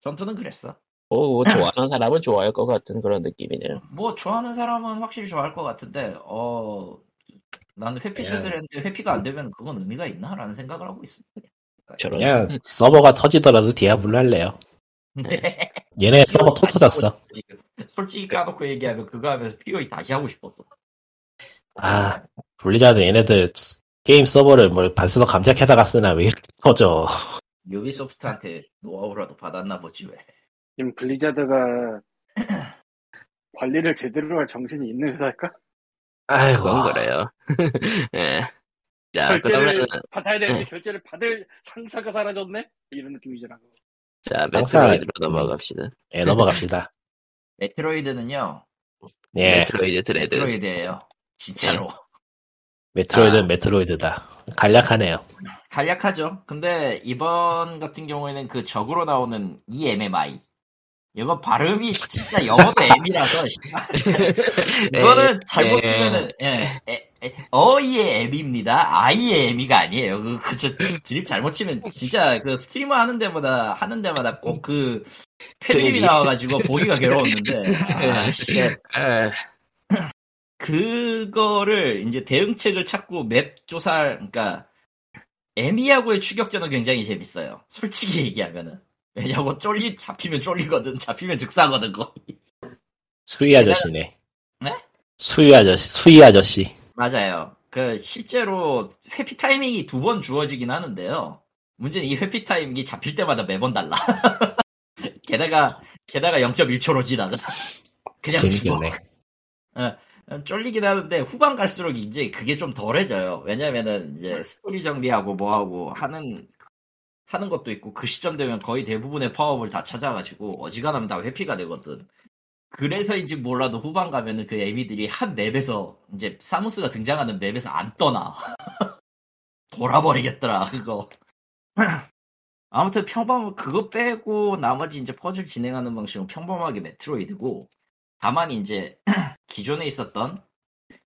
S2: 전투는 그랬어.
S1: 뭐, 뭐 좋아하는 사람은 좋아할 것 같은 그런 느낌이네요.
S2: 뭐 좋아하는 사람은 확실히 좋아할 것 같은데 어 나는
S4: 예.
S2: 회피셋을 했는데 회피가 안 되면 그건 의미가 있나라는 생각을 하고 있어.
S1: 저런.
S4: 그냥 서버가 터지더라도 디아블로 할래요.
S2: 근데
S4: 얘네 서버 토 터졌어.
S2: 솔직히 까놓고 얘기하면 그거 하면서 POE 다시 하고 싶었어.
S4: 아, 블리자드 얘네들 게임 서버를 뭘 반스도 감작해다가 쓰나 왜 이렇게 터져.
S2: 유비소프트한테 노하우라도 받았나 보지 왜.
S5: 지금 블리자드가 관리를 제대로 할 정신이 있는 회사일까?
S4: 아이고.
S1: 그건 그래요. 예. 자,
S5: 결제를
S1: 그러면
S5: 받아야 되는데 결제를 받을 상사가 사라졌네? 이런 느낌이잖아.
S1: 자
S4: 상사-
S1: 메트로이드로 넘어갑시다.
S4: 예, 넘어갑시다.
S2: 메트로이드는요.
S4: 예,
S1: 메트로이드 드레드.
S2: 메트로이드예요. 진짜로.
S4: 네. 메트로이드는 메트로이드다. 간략하네요.
S2: 간략하죠. 근데 이번 같은 경우에는 그 적으로 나오는 EMMI. 이거 발음이 진짜 영어도 M이라서
S1: 예.
S2: 이거는 잘못
S1: 에.
S2: 쓰면은 예, 에, 에, 어이의 M입니다. 아이의 M이가 아니에요. 그 그저 드립 잘못 치면 진짜 그 스트리머 하는 데마다 하는 데마다 꼭 그 패드립이
S1: 드립이.
S2: 나와가지고 보기가 괴로웠는데 아, 씨.
S1: 예. 예.
S2: 그거를 이제 대응책을 찾고 맵 조사, 그러니까 에미하고의 추격전은 굉장히 재밌어요. 솔직히 얘기하면은 왜냐고 쫄리 잡히면 쫄리거든, 잡히면 즉사거든 거.
S4: 수희 아저씨네.
S2: 네?
S4: 수희 아저씨, 수희 아저씨.
S2: 맞아요. 그 실제로 회피 타이밍이 두 번 주어지긴 하는데요. 문제는 이 회피 타이밍이 잡힐 때마다 매번 달라. 게다가 게다가 0.1초로 지나가. 그냥 죽어.
S4: 재밌겠네.
S2: 음, 쫄리긴 하는데 후반 갈수록 이제 그게 좀 덜해져요. 왜냐면은 이제 스토리 정리하고 뭐하고 하는 그, 하는 것도 있고 그 시점 되면 거의 대부분의 파업을 다 찾아가지고 어지간하면 다 회피가 되거든. 그래서인지 몰라도 후반 가면은 그 애미들이 한 맵에서 이제 사무스가 등장하는 맵에서 안 떠나 돌아버리겠더라 그거. 아무튼 평범 그거 빼고 나머지 이제 퍼즐 진행하는 방식은 평범하게 메트로이드고 다만 이제 기존에 있었던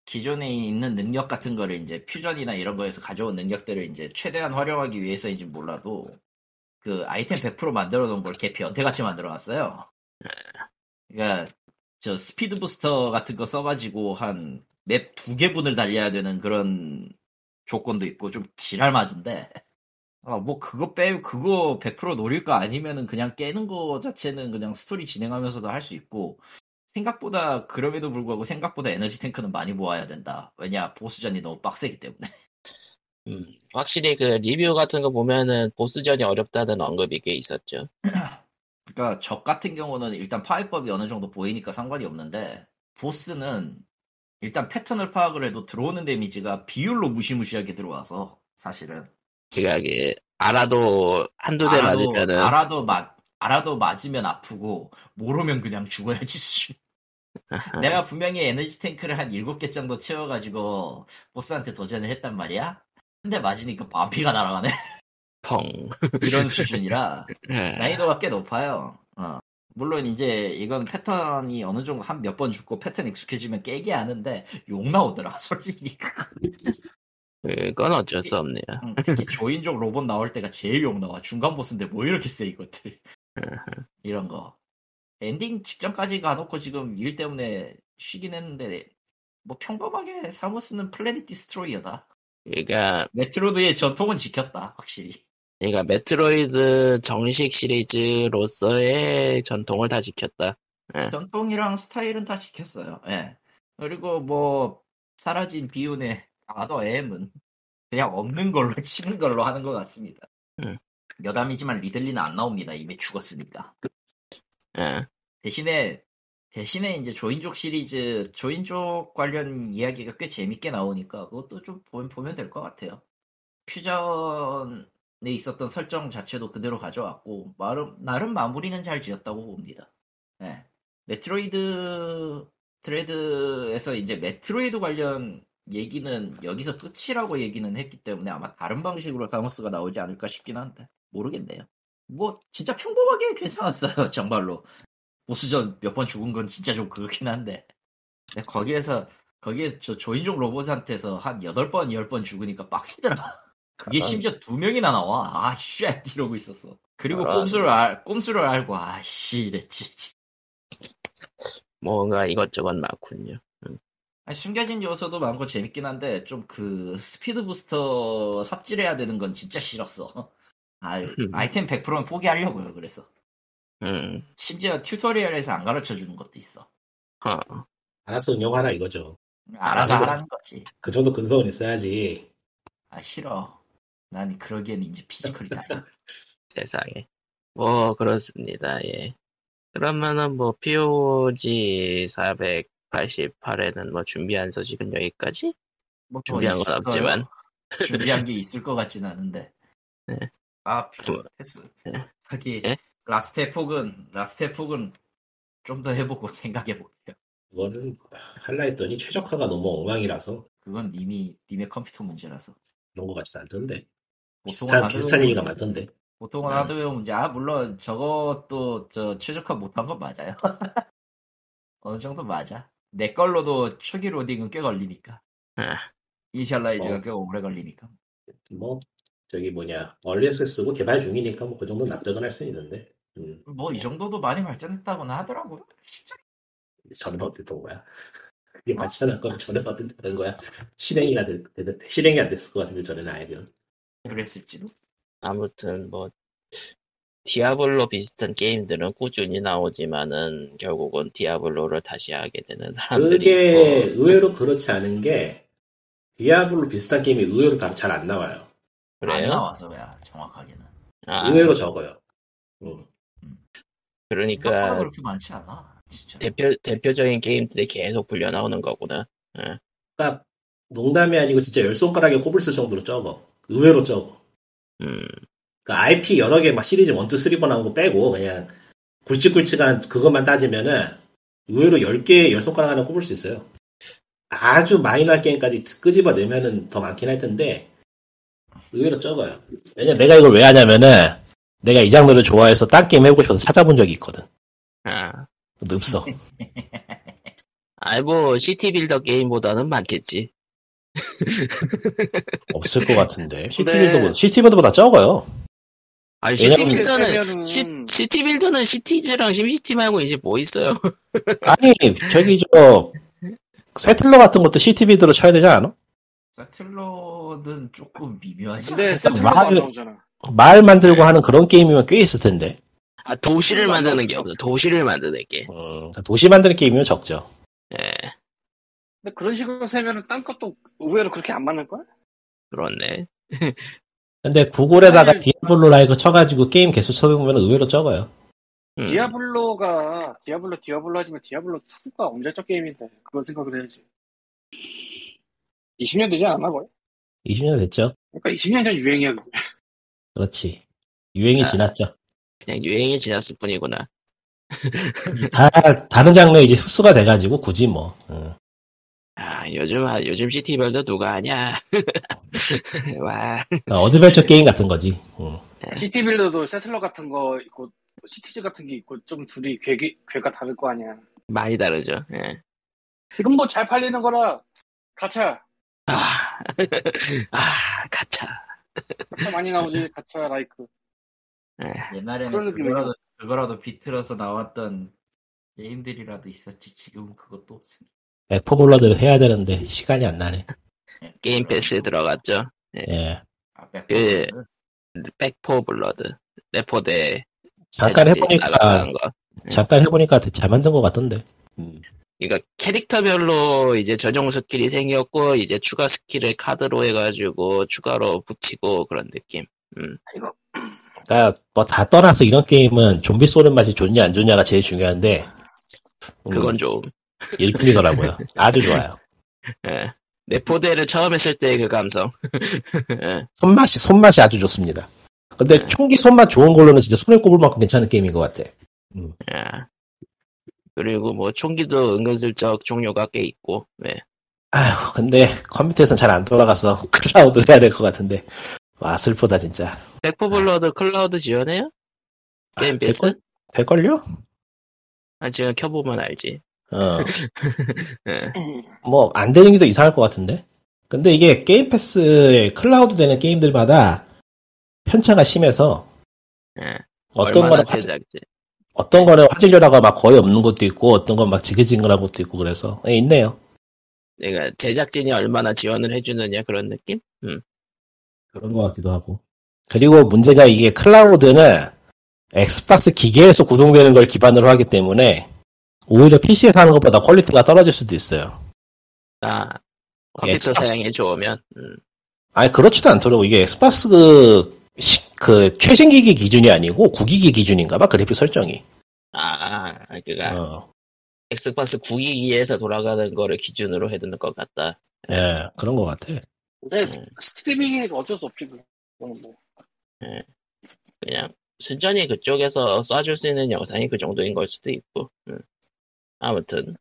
S2: 기존에 있는 능력 같은 거를 이제 퓨전이나 이런 거에서 가져온 능력들을 이제 최대한 활용하기 위해서인지 몰라도 그 아이템 100% 만들어 놓은 걸 개피 연태같이 만들어 놨어요. 그러니까 저 스피드 부스터 같은 거 써가지고 한 맵 두 개분을 달려야 되는 그런 조건도 있고 좀 지랄 맞은데 아, 뭐 그거 빼 그거 100% 노릴 거 아니면은 그냥 깨는 거 자체는 그냥 스토리 진행하면서도 할 수 있고 생각보다 그럼에도 불구하고 생각보다 에너지 탱크는 많이 모아야 된다. 왜냐 보스전이 너무 빡세기 때문에.
S1: 음, 확실히 그 리뷰 같은 거 보면은 보스전이 어렵다는 언급이 꽤 있었죠.
S2: 그러니까 적 같은 경우는 일단 파이법이 어느 정도 보이니까 상관이 없는데 보스는 일단 패턴을 파악을 해도 들어오는 데미지가 비율로 무시무시하게 들어와서 사실은
S1: 그러니까 이게 알아도 한두 대
S2: 알아도-
S1: 맞으면은
S2: 알아도 맞 알아도 맞으면 아프고 모르면 그냥 죽어야지. 씨. 내가
S1: 네.
S2: 분명히 에너지 탱크를 한 7개 정도 채워가지고 보스한테 도전을 했단 말이야. 근데 맞으니까 반피가 날아가네.
S1: 펑.
S2: 이런 네? 수준이라
S1: 예.
S2: 난이도가 꽤 높아요. 어. 물론 이제 이건 패턴이 어느 정도 한 몇 번 죽고 패턴 익숙해지면 깨기 하는데 욕 나오더라 솔직히
S1: 그건 어쩔 수 없네요.
S2: 음, 특히 조인족 로봇 나올 때가 제일 욕 나와 중간 보스인데 뭐 이렇게 세 이것들 이런 거 엔딩 직전까지 가놓고 지금 일 때문에 쉬긴 했는데 뭐 평범하게 사무스는 플래닛 디스트로이어다
S1: 그러니까
S2: 메트로드의 전통은 지켰다 확실히
S1: 그러니까 메트로이드 정식 시리즈로서의 전통을 다 지켰다.
S2: 전통이랑 스타일은 다 지켰어요. 예. 그리고 뭐 사라진 비운의 아더 엠은 그냥 없는 걸로 치는 걸로 하는 것 같습니다.
S1: 음.
S2: 여담이지만 리들리는 안 나옵니다. 이미 죽었으니까.
S1: 예.
S2: 대신에 대신에 이제 조인족 시리즈 조인족 관련 이야기가 꽤 재밌게 나오니까 그것도 좀 보- 보면 될 것 같아요. 퓨전에 있었던 설정 자체도 그대로 가져왔고 나름 나름 마무리는 잘 지었다고 봅니다. 예. 메트로이드 트레드에서 이제 메트로이드 관련 얘기는 여기서 끝이라고 얘기는 했기 때문에 아마 다른 방식으로 사무스가 나오지 않을까 싶긴 한데 모르겠네요. 뭐 진짜 평범하게 괜찮았어요 정말로 보스전 몇 번 죽은 건 진짜 좀 그렇긴 한데 근데 거기에서 거기에 저 조인종 로봇한테서 한 8번 10번 죽으니까 빡치더라 그게
S4: 그런.
S2: 심지어 두 명이나 나와 아쉣 이러고 있었어 그리고
S1: 그런.
S2: 꼼수를 알, 꼼수를 알고 아씨 이랬지
S1: 뭔가 이것저것 많군요.
S2: 아니, 숨겨진 요소도 많고 재밌긴 한데 좀 그 스피드 부스터 삽질해야 되는 건 진짜 싫었어. 아, 아이템 100%는 포기하려고요. 그래서
S1: 음.
S2: 심지어 튜토리얼에서 안 가르쳐 주는 것도 있어.
S1: 허.
S3: 알아서 응용하라 이거죠.
S2: 알아서
S3: 알아서.
S2: 하라는 거지.
S3: 그 정도 근성은 있어야지.
S2: 아 싫어. 난 그러기엔 이제 피지컬이 달라.
S1: 세상에. 뭐, 그렇습니다, 예. 그러면은 뭐, POG 488에는 뭐, 준비한 소식은 여기까지?
S2: 뭐더
S1: 준비한 건
S2: 있어요?
S1: 없지만.
S2: 준비한 게 있을 것 같진 않은데.
S1: 네.
S2: 아
S1: 그-
S2: 패스.
S1: 네.
S2: 하기
S1: 네?
S2: 라스트의 폭은 라스트의 폭은 좀 더 해보고 생각해 볼게요.
S3: 이거는 할라 했더니 최적화가 너무 엉망이라서
S2: 그건 님이 님의 컴퓨터 문제라서.
S3: 그런 것 같지는 않던데.
S2: 보통은
S3: 비슷한,
S2: 하드웨어
S3: 비슷한 얘기가 네.
S2: 문제.
S3: 많던데.
S2: 보통은
S1: 음.
S2: 하드웨어 문제. 아, 물론 저것도 저 최적화 못한 건 맞아요. 어느 정도 맞아. 내 걸로도 초기 로딩은 꽤 걸리니까.
S1: 아.
S2: 이셜라이즈가
S3: 네. 어.
S2: 꽤 오래 걸리니까.
S3: 뭐, 저기 뭐냐. 얼리 액세스고 개발 중이니까 뭐 그 정도 납득은 할 수 있는데. 음,
S2: 뭐 이 정도도 많이 발전했다고나 하더라고요. 진짜.
S3: 전에 어땠던 거야. 그게 발전한 건 전에 어땠다는 거야. 실행이나 될, 될- 실행이 안 됐을 것 같은데 전에는 아예 그냥.
S2: 그랬을지도.
S1: 아무튼 뭐, 디아블로 비슷한 게임들은 꾸준히 나오지만은,
S2: 어.
S1: 결국은 디아블로를 다시 하게 되는 사람들이 뭐,
S3: 그게
S1: 있고.
S3: 의외로 그렇지 않은 게
S6: 디아블로 비슷한 게임이 의외로 잘 안 나와요.
S2: 안
S1: 그래요?
S2: 나와서 야 정확하게는.
S1: 아,
S6: 의외로 적어요. 음.
S2: 생각보다
S1: 그러니까
S2: 그렇게 많지 않아. 진짜.
S1: 대표 대표적인 게임들이 계속 불려 나오는 거구나.
S6: 그러니까 농담이 아니고 진짜 열 손가락에 꼽을 수 정도로 적어. 의외로 적어.
S1: 음,
S6: 그 IP 여러 개 막 시리즈 1, 2, 3번 나온 거 빼고 그냥 굵직굵직한 그것만 따지면은 의외로 10개, 10손가락 하나 꼽을 수 있어요. 아주 마이너한 게임까지 끄집어내면은 더 많긴 할 텐데 의외로 적어요.
S3: 왜냐 내가 이걸 왜 하냐면은 내가 이 장르를 좋아해서 딴 게임 해보고 싶어서 찾아본 적이 있거든.
S1: 아,
S3: 근데 없어.
S1: 아이뭐 시티 빌더 게임보다는 많겠지.
S3: 없을 것 같은데.
S5: 근데-
S3: 시티빌더보다 시티빌더보다 적어요.
S1: 아니 시티
S3: 왜냐면-
S1: 빌더는
S5: 그러니까 세면은-
S1: 시, 티 빌더는 시티즈랑 심시티 말고 이제 뭐 있어요?
S3: 아니 저기 저 세틀러 같은 것도 시티빌더로 쳐야 되지 않아?
S2: 세틀러는 조금 미묘하지.
S5: 근데
S2: 않아?
S5: 세트로도 안
S3: 음, 말을-
S5: 나오잖아.
S3: 말 만들고 하는 그런 게임이면 꽤 있을 텐데.
S1: 아 도시를
S5: 시티빌더 안
S1: 만드는 게
S5: 나왔어.
S1: 없어. 도시를 만드는 게.
S3: 음, 도시 만드는 게임이면 적죠.
S1: 예,
S5: 근데 그런 식으로 세면은 딴 것도 의외로 그렇게 안 맞는 거야?
S1: 그렇네.
S3: 근데 구글에다가
S5: 사실-
S3: 디아블로 라이거 쳐가지고 게임 개수 쳐보면 의외로 적어요.
S1: 음,
S5: 디아블로가 디아블로 디아블로 하지만 디아블로 2가 언제적 게임인데 그걸 생각을 해야지. 20년 되지 않았나 거의?
S3: 20년 됐죠.
S5: 그러니까 20년 전 유행이야. 그거.
S3: 그렇지. 유행이
S1: 아.
S3: 지났죠.
S1: 그냥 유행이 지났을 뿐이구나.
S3: 다, 다른 장르에 이제 흡수가 돼가지고 굳이 뭐. 음.
S1: 아 요즘 아, 요즘 시티 빌더 누가 하냐? 와,
S3: 그러니까 어드벤처
S1: 네.
S3: 게임 같은 거지. 음.
S5: 시티 빌더도 세슬러 같은 거 있고 시티즈 같은 게 있고 좀 둘이 괴기, 괴가 다를 거 아니야.
S1: 많이 다르죠. 예.
S5: 지금 뭐 잘 팔리는 거라 가차
S1: 아, 아, 가차.
S5: 가차 많이 나오지 가차 라이크. 그런
S2: 뭐 옛날에는
S5: 느낌이죠.
S2: 그거라도, 그거라도 비틀어서 나왔던 게임들이라도 있었지. 지금 그것도 없으니.
S3: 백포볼러들 해야 되는데 시간이 안 나네.
S1: 게임 패스에 들어갔죠.
S3: 예.
S2: 그렇죠. 아, 백
S1: 예. 백포 블러드. 레포대.
S3: 잠깐
S1: 네, 제작진이 나가서
S3: 해보니까
S1: 한 거.
S3: 잠깐 해보니까 잘 만든 것 같던데. 음.
S1: 그러니까 캐릭터별로 이제 전용 스킬이 생겼고 이제 추가 스킬을 카드로 해가지고 추가로 붙이고 그런 느낌.
S3: 그러니까 뭐 다 떠나서 이런 게임은 좀비 쏘는 맛이 좋냐 안 좋냐가 제일 중요한데 음,
S1: 그건 좀.
S3: 일품이더라고요. 아주 좋아요.
S1: 예. 레포대를 처음 했을 때의 그 감성. 예.
S3: 손맛이 손맛이 아주 좋습니다. 근데
S1: 네.
S3: 총기 손맛 좋은 걸로는 진짜 손에 꼽을 만큼 괜찮은 게임인 것 같아.
S1: 예. 그리고 뭐 총기도 은근슬쩍 종류가 꽤 있고. 예.
S3: 아휴 근데 컴퓨터에선 잘 안 돌아가서 클라우드 해야 될 것 같은데 와 슬프다 진짜.
S1: 백포
S3: 네.
S1: 블러드 클라우드 지원해요?
S3: 아,
S1: 게임 패스?
S3: 될걸요?
S1: 아 지금 켜보면 알지.
S3: 어.
S1: 예.
S3: 뭐, 안 되는 게 더 이상할 것 같은데? 근데 이게 게임 패스에 클라우드 되는 게임들마다 편차가 심해서
S1: 예.
S3: 어떤
S1: 얼마나
S3: 거는, 화질,
S1: 제작지.
S3: 어떤 거는 화질료라가 막 거의 없는 것도 있고 어떤 건 막 지글지글한 것도 있고 그래서 예, 있네요.
S1: 그러니까 제작진이 얼마나 지원을 해주느냐 그런 느낌? 음.
S3: 그런 것 같기도 하고. 그리고 문제가 이게 클라우드는 엑스박스 기계에서 구성되는 걸 기반으로 하기 때문에 오히려 PC에서 하는 것보다 퀄리티가 떨어질 수도 있어요.
S1: 아,
S3: 예, 엑스박스-
S1: 컴퓨터 사양이 좋으면. 음.
S3: 아니 그렇지도 않더라고 이게 엑스박스 그, 시- 그 최신 기기 기준이 아니고 구기기 기준인가 봐 그래픽 설정이
S1: 아, 아, 아, 그니까,
S3: 어.
S1: 엑스박스 9기기에서 돌아가는 거를 기준으로 해두는 것 같다.
S3: 예 그런 것 같아
S5: 근데
S1: 음.
S5: 스트리밍이 어쩔 수 없지 그거는 뭐.
S1: 그냥, 순전히 그쪽에서 쏴줄 수 있는 영상이 그 정도인 걸 수도 있고, 음. 아무튼.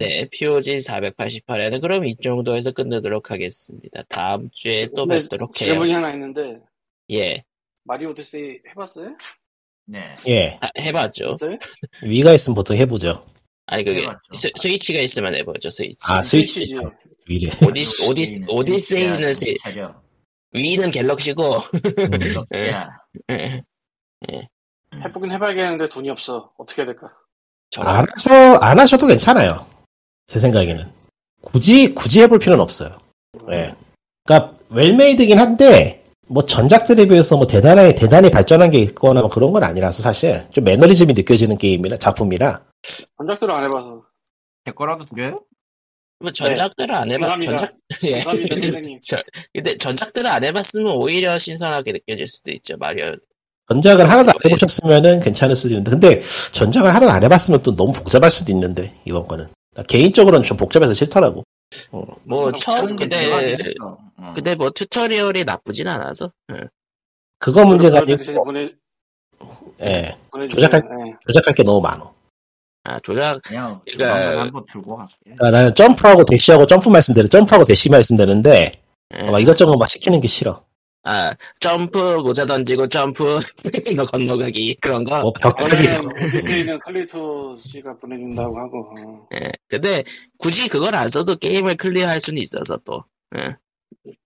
S1: 네, POG 488에는 그럼 이 정도에서 끝내도록 하겠습니다. 다음 주에 또
S5: 근데
S1: 뵙도록 해요.
S5: 네, 질문이 하나 있는데
S1: 예,
S5: 마리오 오디세이 해봤어요?
S2: 네.
S3: 예
S1: 아, 해봤죠.
S5: 했어요?
S3: 위가 있으면 보통 해보죠
S1: 아니, 그게,
S2: 해봤죠.
S1: 스, 위치가 있으면 해보죠, 스위치.
S3: 아 스위치 위래
S2: 네.
S1: 오디, 오디, 오디세이는 스,
S2: 차려.
S1: 위는 갤럭시고,
S3: 음.
S1: 네.
S2: 럭키야.
S5: 해보긴 해봐야겠는데 돈이 없어. 어떻게 해야 될까?
S1: 저런,
S3: 안 하셔 안 하셔도 괜찮아요 제 생각에는 굳이 굳이 해볼 필요는 없어요 예 그러니까 웰메이드긴 한데 뭐 전작들에 비해서 뭐 대단히 대단히 발전한 게 있거나 뭐 그런 건 아니라서 사실 좀 매너리즘이 느껴지는 게임이나 작품이라
S5: 전작대로 안 해봐서.
S2: 제 거라도 드려요?
S1: 뭐 전작들을
S3: 네,
S1: 안 해봤
S5: 네, 감사합니다.
S1: 전작 예.
S5: 감사합니다, 선생님.
S1: 근데 전작들을 안 해봤으면 오히려 신선하게 느껴질 수도 있죠 마리오
S3: 전작을 하나도 안 해보셨으면은 괜찮을 수도 있는데, 근데 전작을 하나도 안 해봤으면 또 너무 복잡할 수도 있는데, 이번 거는. 나 개인적으로는 좀 복잡해서 싫더라고.
S1: 뭐 처음 근데
S2: 근데
S1: 근데 뭐 튜토리얼이 나쁘진 않아서 응.
S3: 그거 문제가
S5: 보내주신-
S3: 아니고,
S5: 보내,
S3: 예,
S5: 보내주신,
S3: 조작할-
S5: 예.
S3: 조작할 게 너무 많어.
S1: 아 조작
S2: 그냥
S1: 그러니까-
S2: 그러니까... 한번 들고 갈게.
S3: 그러니까 나는 점프하고 대시하고 점프 말씀드려, 점프하고 대시 말씀드리는데,
S1: 예.
S3: 아, 막 이것저것 막 시키는 게 싫어.
S1: 아 점프 모자 던지고 점프 너 건너가기 그런 거
S3: 뭐 벽차기,
S5: 다음에는 오디세이는 칼리토 씨가 보내준다고 하고. 어.
S1: 예. 근데 굳이 그걸 안 써도 게임을 클리어할 수는 있어서 또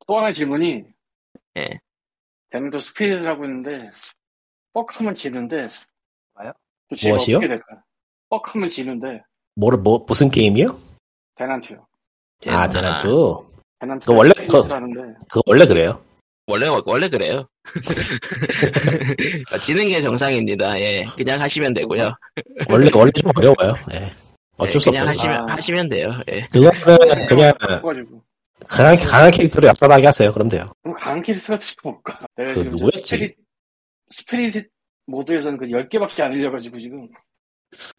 S5: 또 하나의 질문이.
S1: 예.
S5: 대면도 스피드라고 있는데, 뻑하면 지는데.
S2: 뭐요?
S5: 도대체 이거
S3: 무엇이요?
S5: 어떻게 될까? 뻑하면 지는데,
S3: 뭐를, 뭐, 무슨 게임이요?
S5: 대난투요.
S3: 아, 대난투.
S5: 대난투.
S3: 그 원래 그-
S5: 하는데,
S3: 그거 원래 그래요.
S1: 원래 원래 그래요 아, 지는 게 정상입니다 예 그냥 하시면 되고요
S3: 원래, 원래 좀 어려워요. 예.
S1: 예,
S3: 어, 어쩔 수
S1: 그냥
S3: 없다.
S1: 하시면
S5: 아.
S1: 하시면 돼요 예
S3: 그거는 그냥
S5: 어, 가지고
S3: 강한, 강한 캐릭터로 얍삽하게 하세요. 그럼 돼요.
S5: 그럼 강한 캐릭터가 도대체 뭘까? 내가
S3: 그
S5: 지금 저
S3: 누구였지?
S5: 스피릿, 스피릿 모드에서는 그 10개밖에 안 밀려가지고 지금.
S1: 어.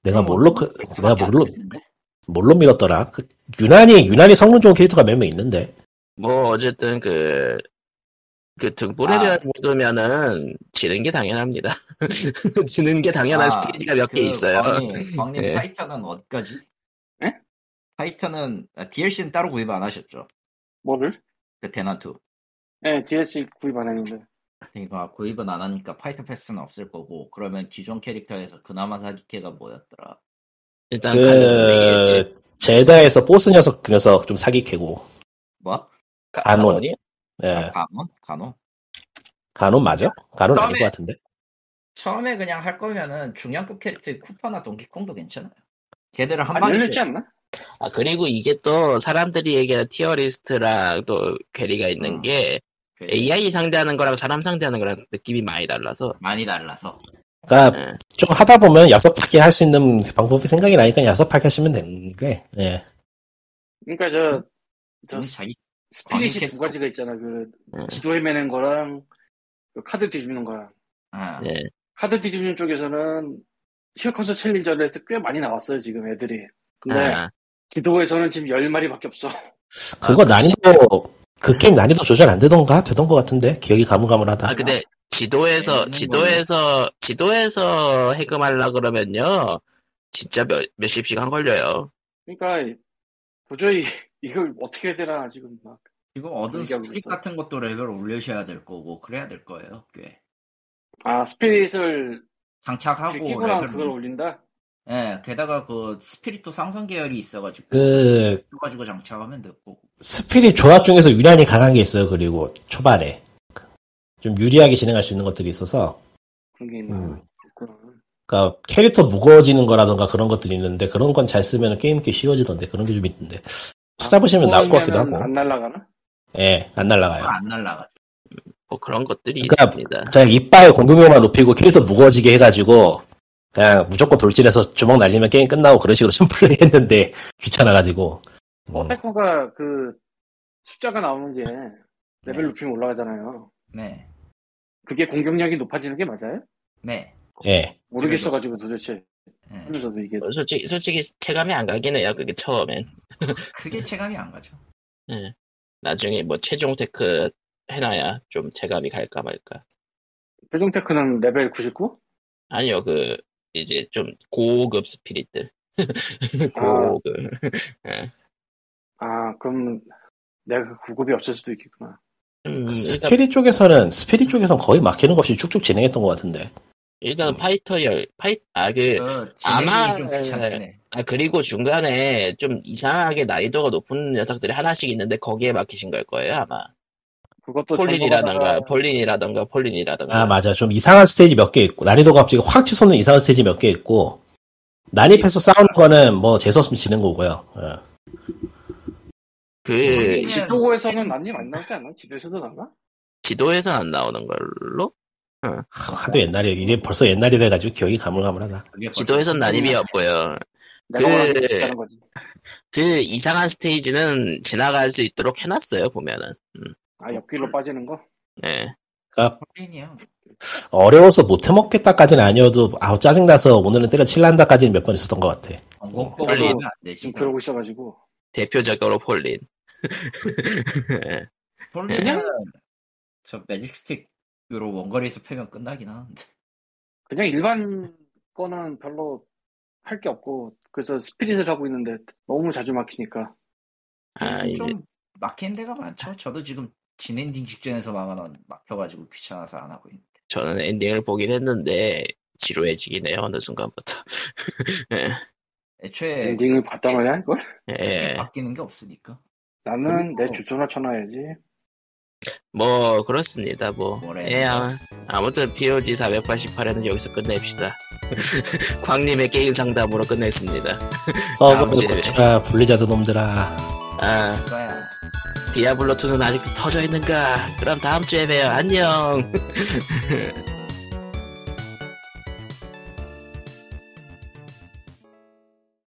S3: 내가 뭘로, 그- 내가 뭘로,
S2: 모르겠는데?
S3: 뭘로 밀었더라? 그 유난히, 유난히 성능 좋은 캐릭터가 몇 명 있는데.
S1: 뭐 어쨌든 그 그 등불에
S2: 아.
S1: 묻으면은 지는 게 당연합니다. 지는 게 당연한
S2: 아,
S1: 스테이지가 몇 개
S2: 그
S1: 있어요. 네?
S2: 광님, 광님
S1: 예.
S2: 파이터는 어디까지?
S5: 예?
S2: 파이터는 아, DLC는 따로 구입 안 하셨죠?
S5: 뭐를?
S2: 그 대난투.
S5: 네, DLC 구입 안 했는데.
S2: 그러니까 구입은 안 하니까 파이터 패스는 없을 거고 그러면 기존 캐릭터에서 그나마 사기캐가 뭐였더라?
S1: 일단 아,
S2: 그
S1: 예, 갈론이겠지.
S3: 그, 제다에서 보스 녀석, 그 녀석 좀 사기캐고.
S2: 뭐? 아,
S1: 가-
S3: 간혼.
S1: 갈론이요?
S3: 예.
S2: 간호? 간호?
S3: 간혼 맞아? 간혼 아닐
S2: 다음에-
S3: 것 같은데.
S2: 처음에 그냥 할 거면은 중량급 캐릭터의 쿠파나 동키콩도 괜찮아요. 걔들을 한
S5: 안
S2: 방에
S5: 열렸지
S2: 쎄.
S5: 않나?
S1: 아 그리고 이게 또 사람들이 얘기하는 티어리스트랑 또 괴리가 있는
S2: 음.
S1: 게
S2: 걔들이
S1: AI 상대하는 거랑 사람 상대하는 거랑 느낌이 많이 달라서
S2: 많이 달라서
S3: 그니까,
S1: 예.
S3: 그러니까 좀 하다 보면 얍삽하게 할 수 있는 방법이 생각이 나니까 얍삽하게 하시면 되는데, 예.
S5: 그러니까 저, 저
S2: 좀
S5: 스-
S2: 자기 광인
S5: 스피릿이
S2: 캐스터.
S5: 두 가지가 있잖아. 그
S1: 네.
S5: 지도 헤매는 거랑 그 카드 뒤집는 거랑.
S2: 아,
S1: 예.
S5: 카드 뒤집는 쪽에서 히어컨서 챌린저를 해서 꽤 많이 나왔어요, 지금 애들이. 근데
S2: 네.
S1: 아,
S5: 기도에서는 지금 10마리밖에 없어.
S3: 그거
S1: 아, 그
S3: 난이도, 그 게임 난이도 조절 안 되던가? 되던 것 같은데? 기억이 가물가물하다.
S1: 아 근데 지도에서
S2: 있는
S1: 지도에서 지도에서 해금하려 그러면요 진짜 몇 몇십 시간 걸려요.
S5: 그러니까 도저히 이걸 어떻게 해야 되나 지금 막.
S2: 지금 얻은
S5: 얘기하고
S2: 스피릿
S5: 있어요.
S2: 같은 것도 레벨 올리셔야 될 거고 그래야 될 거예요. 꽤
S5: 아, 스피릿을
S2: 장착하고
S5: 끼고 나면 그걸
S2: 레벨
S5: 올린다?
S2: 예, 게다가 그 스피릿도 상성 계열이 있어가지고
S3: 그,
S2: 가지고 장착하면 될 거고
S3: 스피릿 조합 중에서 유난히 강한 게 있어요. 그리고 초반에 좀 유리하게 진행할 수 있는 것들이 있어서,
S5: 그런 게 있나?
S3: 음.
S5: 그렇구나.
S3: 그러니까 캐릭터 무거워지는 거라던가 그런 것들이 있는데 그런 건 잘 쓰면 게임 꽤 쉬워지던데 그런 게 좀 있던데 찾아보시면 나올 것 같기도
S5: 그러면은
S3: 하고,
S5: 안 날아가나?
S3: 예, 안 날라가요.
S2: 안 날라가.
S1: 뭐 그런 것들이
S3: 그러니까
S1: 있습니다.
S3: 그냥 이빨 공격력만 높이고 캐릭터 무거워지게 해가지고 그냥 무조건 돌진해서 주먹 날리면 게임 끝나고 그런 식으로 좀 플레이했는데 귀찮아가지고 음,
S5: 어택커가 그 숫자가 나오는 게 레벨
S2: 네.
S5: 높이면 올라가잖아요.
S2: 네,
S5: 그게 공격력이 높아지는 게 맞아요?
S2: 네.
S3: 예,
S5: 모르겠어가지고 도대체
S2: 예.
S5: 하면서도 이게
S1: 어, 솔직히 솔직히 체감이 안 가긴 해요. 그게 처음엔 예.
S2: 그게 체감이 안 가죠.
S1: 나중에 뭐 최종 테크 해놔야 좀 체감이 갈까 말까.
S5: 최종 테크는 레벨 99?
S1: 아니요 그 이제 좀 고급 스피릿들 고급
S5: 아 그럼 내가 그 구급이 없을 수도 있겠구나.
S1: 음,
S3: 그
S1: 일단
S3: 스피릿 쪽에서는 스피릿 쪽에서는 거의 막히는 것 없이 쭉쭉 진행했던 것 같은데
S1: 일단 파이터 열 파이 아그
S2: 그 진행이
S1: 아마-
S2: 좀 귀찮긴 해.
S1: 아, 그리고 중간에 좀 이상하게 난이도가 높은 녀석들이 하나씩 있는데 거기에 막히신 걸 거예요, 아마.
S5: 그것도
S1: 폴린이라던가,
S5: 정보가다가
S1: 폴린이라던가, 폴린이라던가.
S3: 아 맞아 좀 이상한 스테이지 몇 개 있고 난이도가 갑자기 확 치솟는 이상한 스테이지 몇 개 있고 난입해서 싸우는 거는 뭐 재수 없으면 지는 거고요. 어.
S1: 그,
S2: 폴린이-
S5: 네. 지도에서는 난리 많이 나오지 않나? 지도에서도 나나?
S1: 지도에서 안 나오는 걸로?
S3: 하도 옛날에 이게 벌써 옛날이 돼가지고 기억이 가물가물하다.
S2: 그게 벌써
S1: 지도에선 난입이
S2: 폴린이야.
S1: 없고요. 그-
S5: 내가 원하는 게 있다는 거지.
S1: 그 이상한 스테이지는 지나갈 수 있도록 해놨어요, 보면은. 음,
S5: 아 옆길로 빠지는 거?
S1: 예.
S2: 플레인이요.
S4: 어려워서 못 해먹겠다까지는 아니어도 아우 짜증나서 오늘은 때려칠란다까지는 몇 번 있었던 것 같아.
S2: 원곡법을
S1: 빨리.
S2: 하면 안 되지.
S5: 지금 그러고 있어가지고
S1: 대표적으로 폴린. 예.
S2: 폴리는 저 매직 스틱으로 원거리에서 패면 끝나긴 하는데.
S5: 그냥 일반 거는 별로 할 게 없고 그래서 스피릿을 하고 있는데 너무 자주 막히니까
S1: 아, 이제
S2: 좀 막힌 데가 많죠. 저도 지금 진엔딩 직전에서 막아 막혀가지고 귀찮아서 안 하고 있는데.
S1: 저는 엔딩을 보긴 했는데 지루해지긴 해요, 어느 순간부터.
S2: 애초에
S5: 엔딩을 봤단 말이야 이걸?
S1: 예.
S2: 바뀌는 게 없으니까.
S5: 나는 내
S2: 그리고-
S5: 주소나 쳐놔야지.
S1: 뭐 그렇습니다 뭐
S2: 뭐래요?
S1: 예, 아, 아무튼 POG 488에는 여기서 끝냅시다 광님의 게임 상담으로 끝냈습니다
S4: 서버도
S1: 주에.
S4: 고쳐라 블리자드 놈들아.
S1: 아
S2: 그거야.
S1: 디아블로2는 아직도 터져있는가 그럼 다음주에 봬요 안녕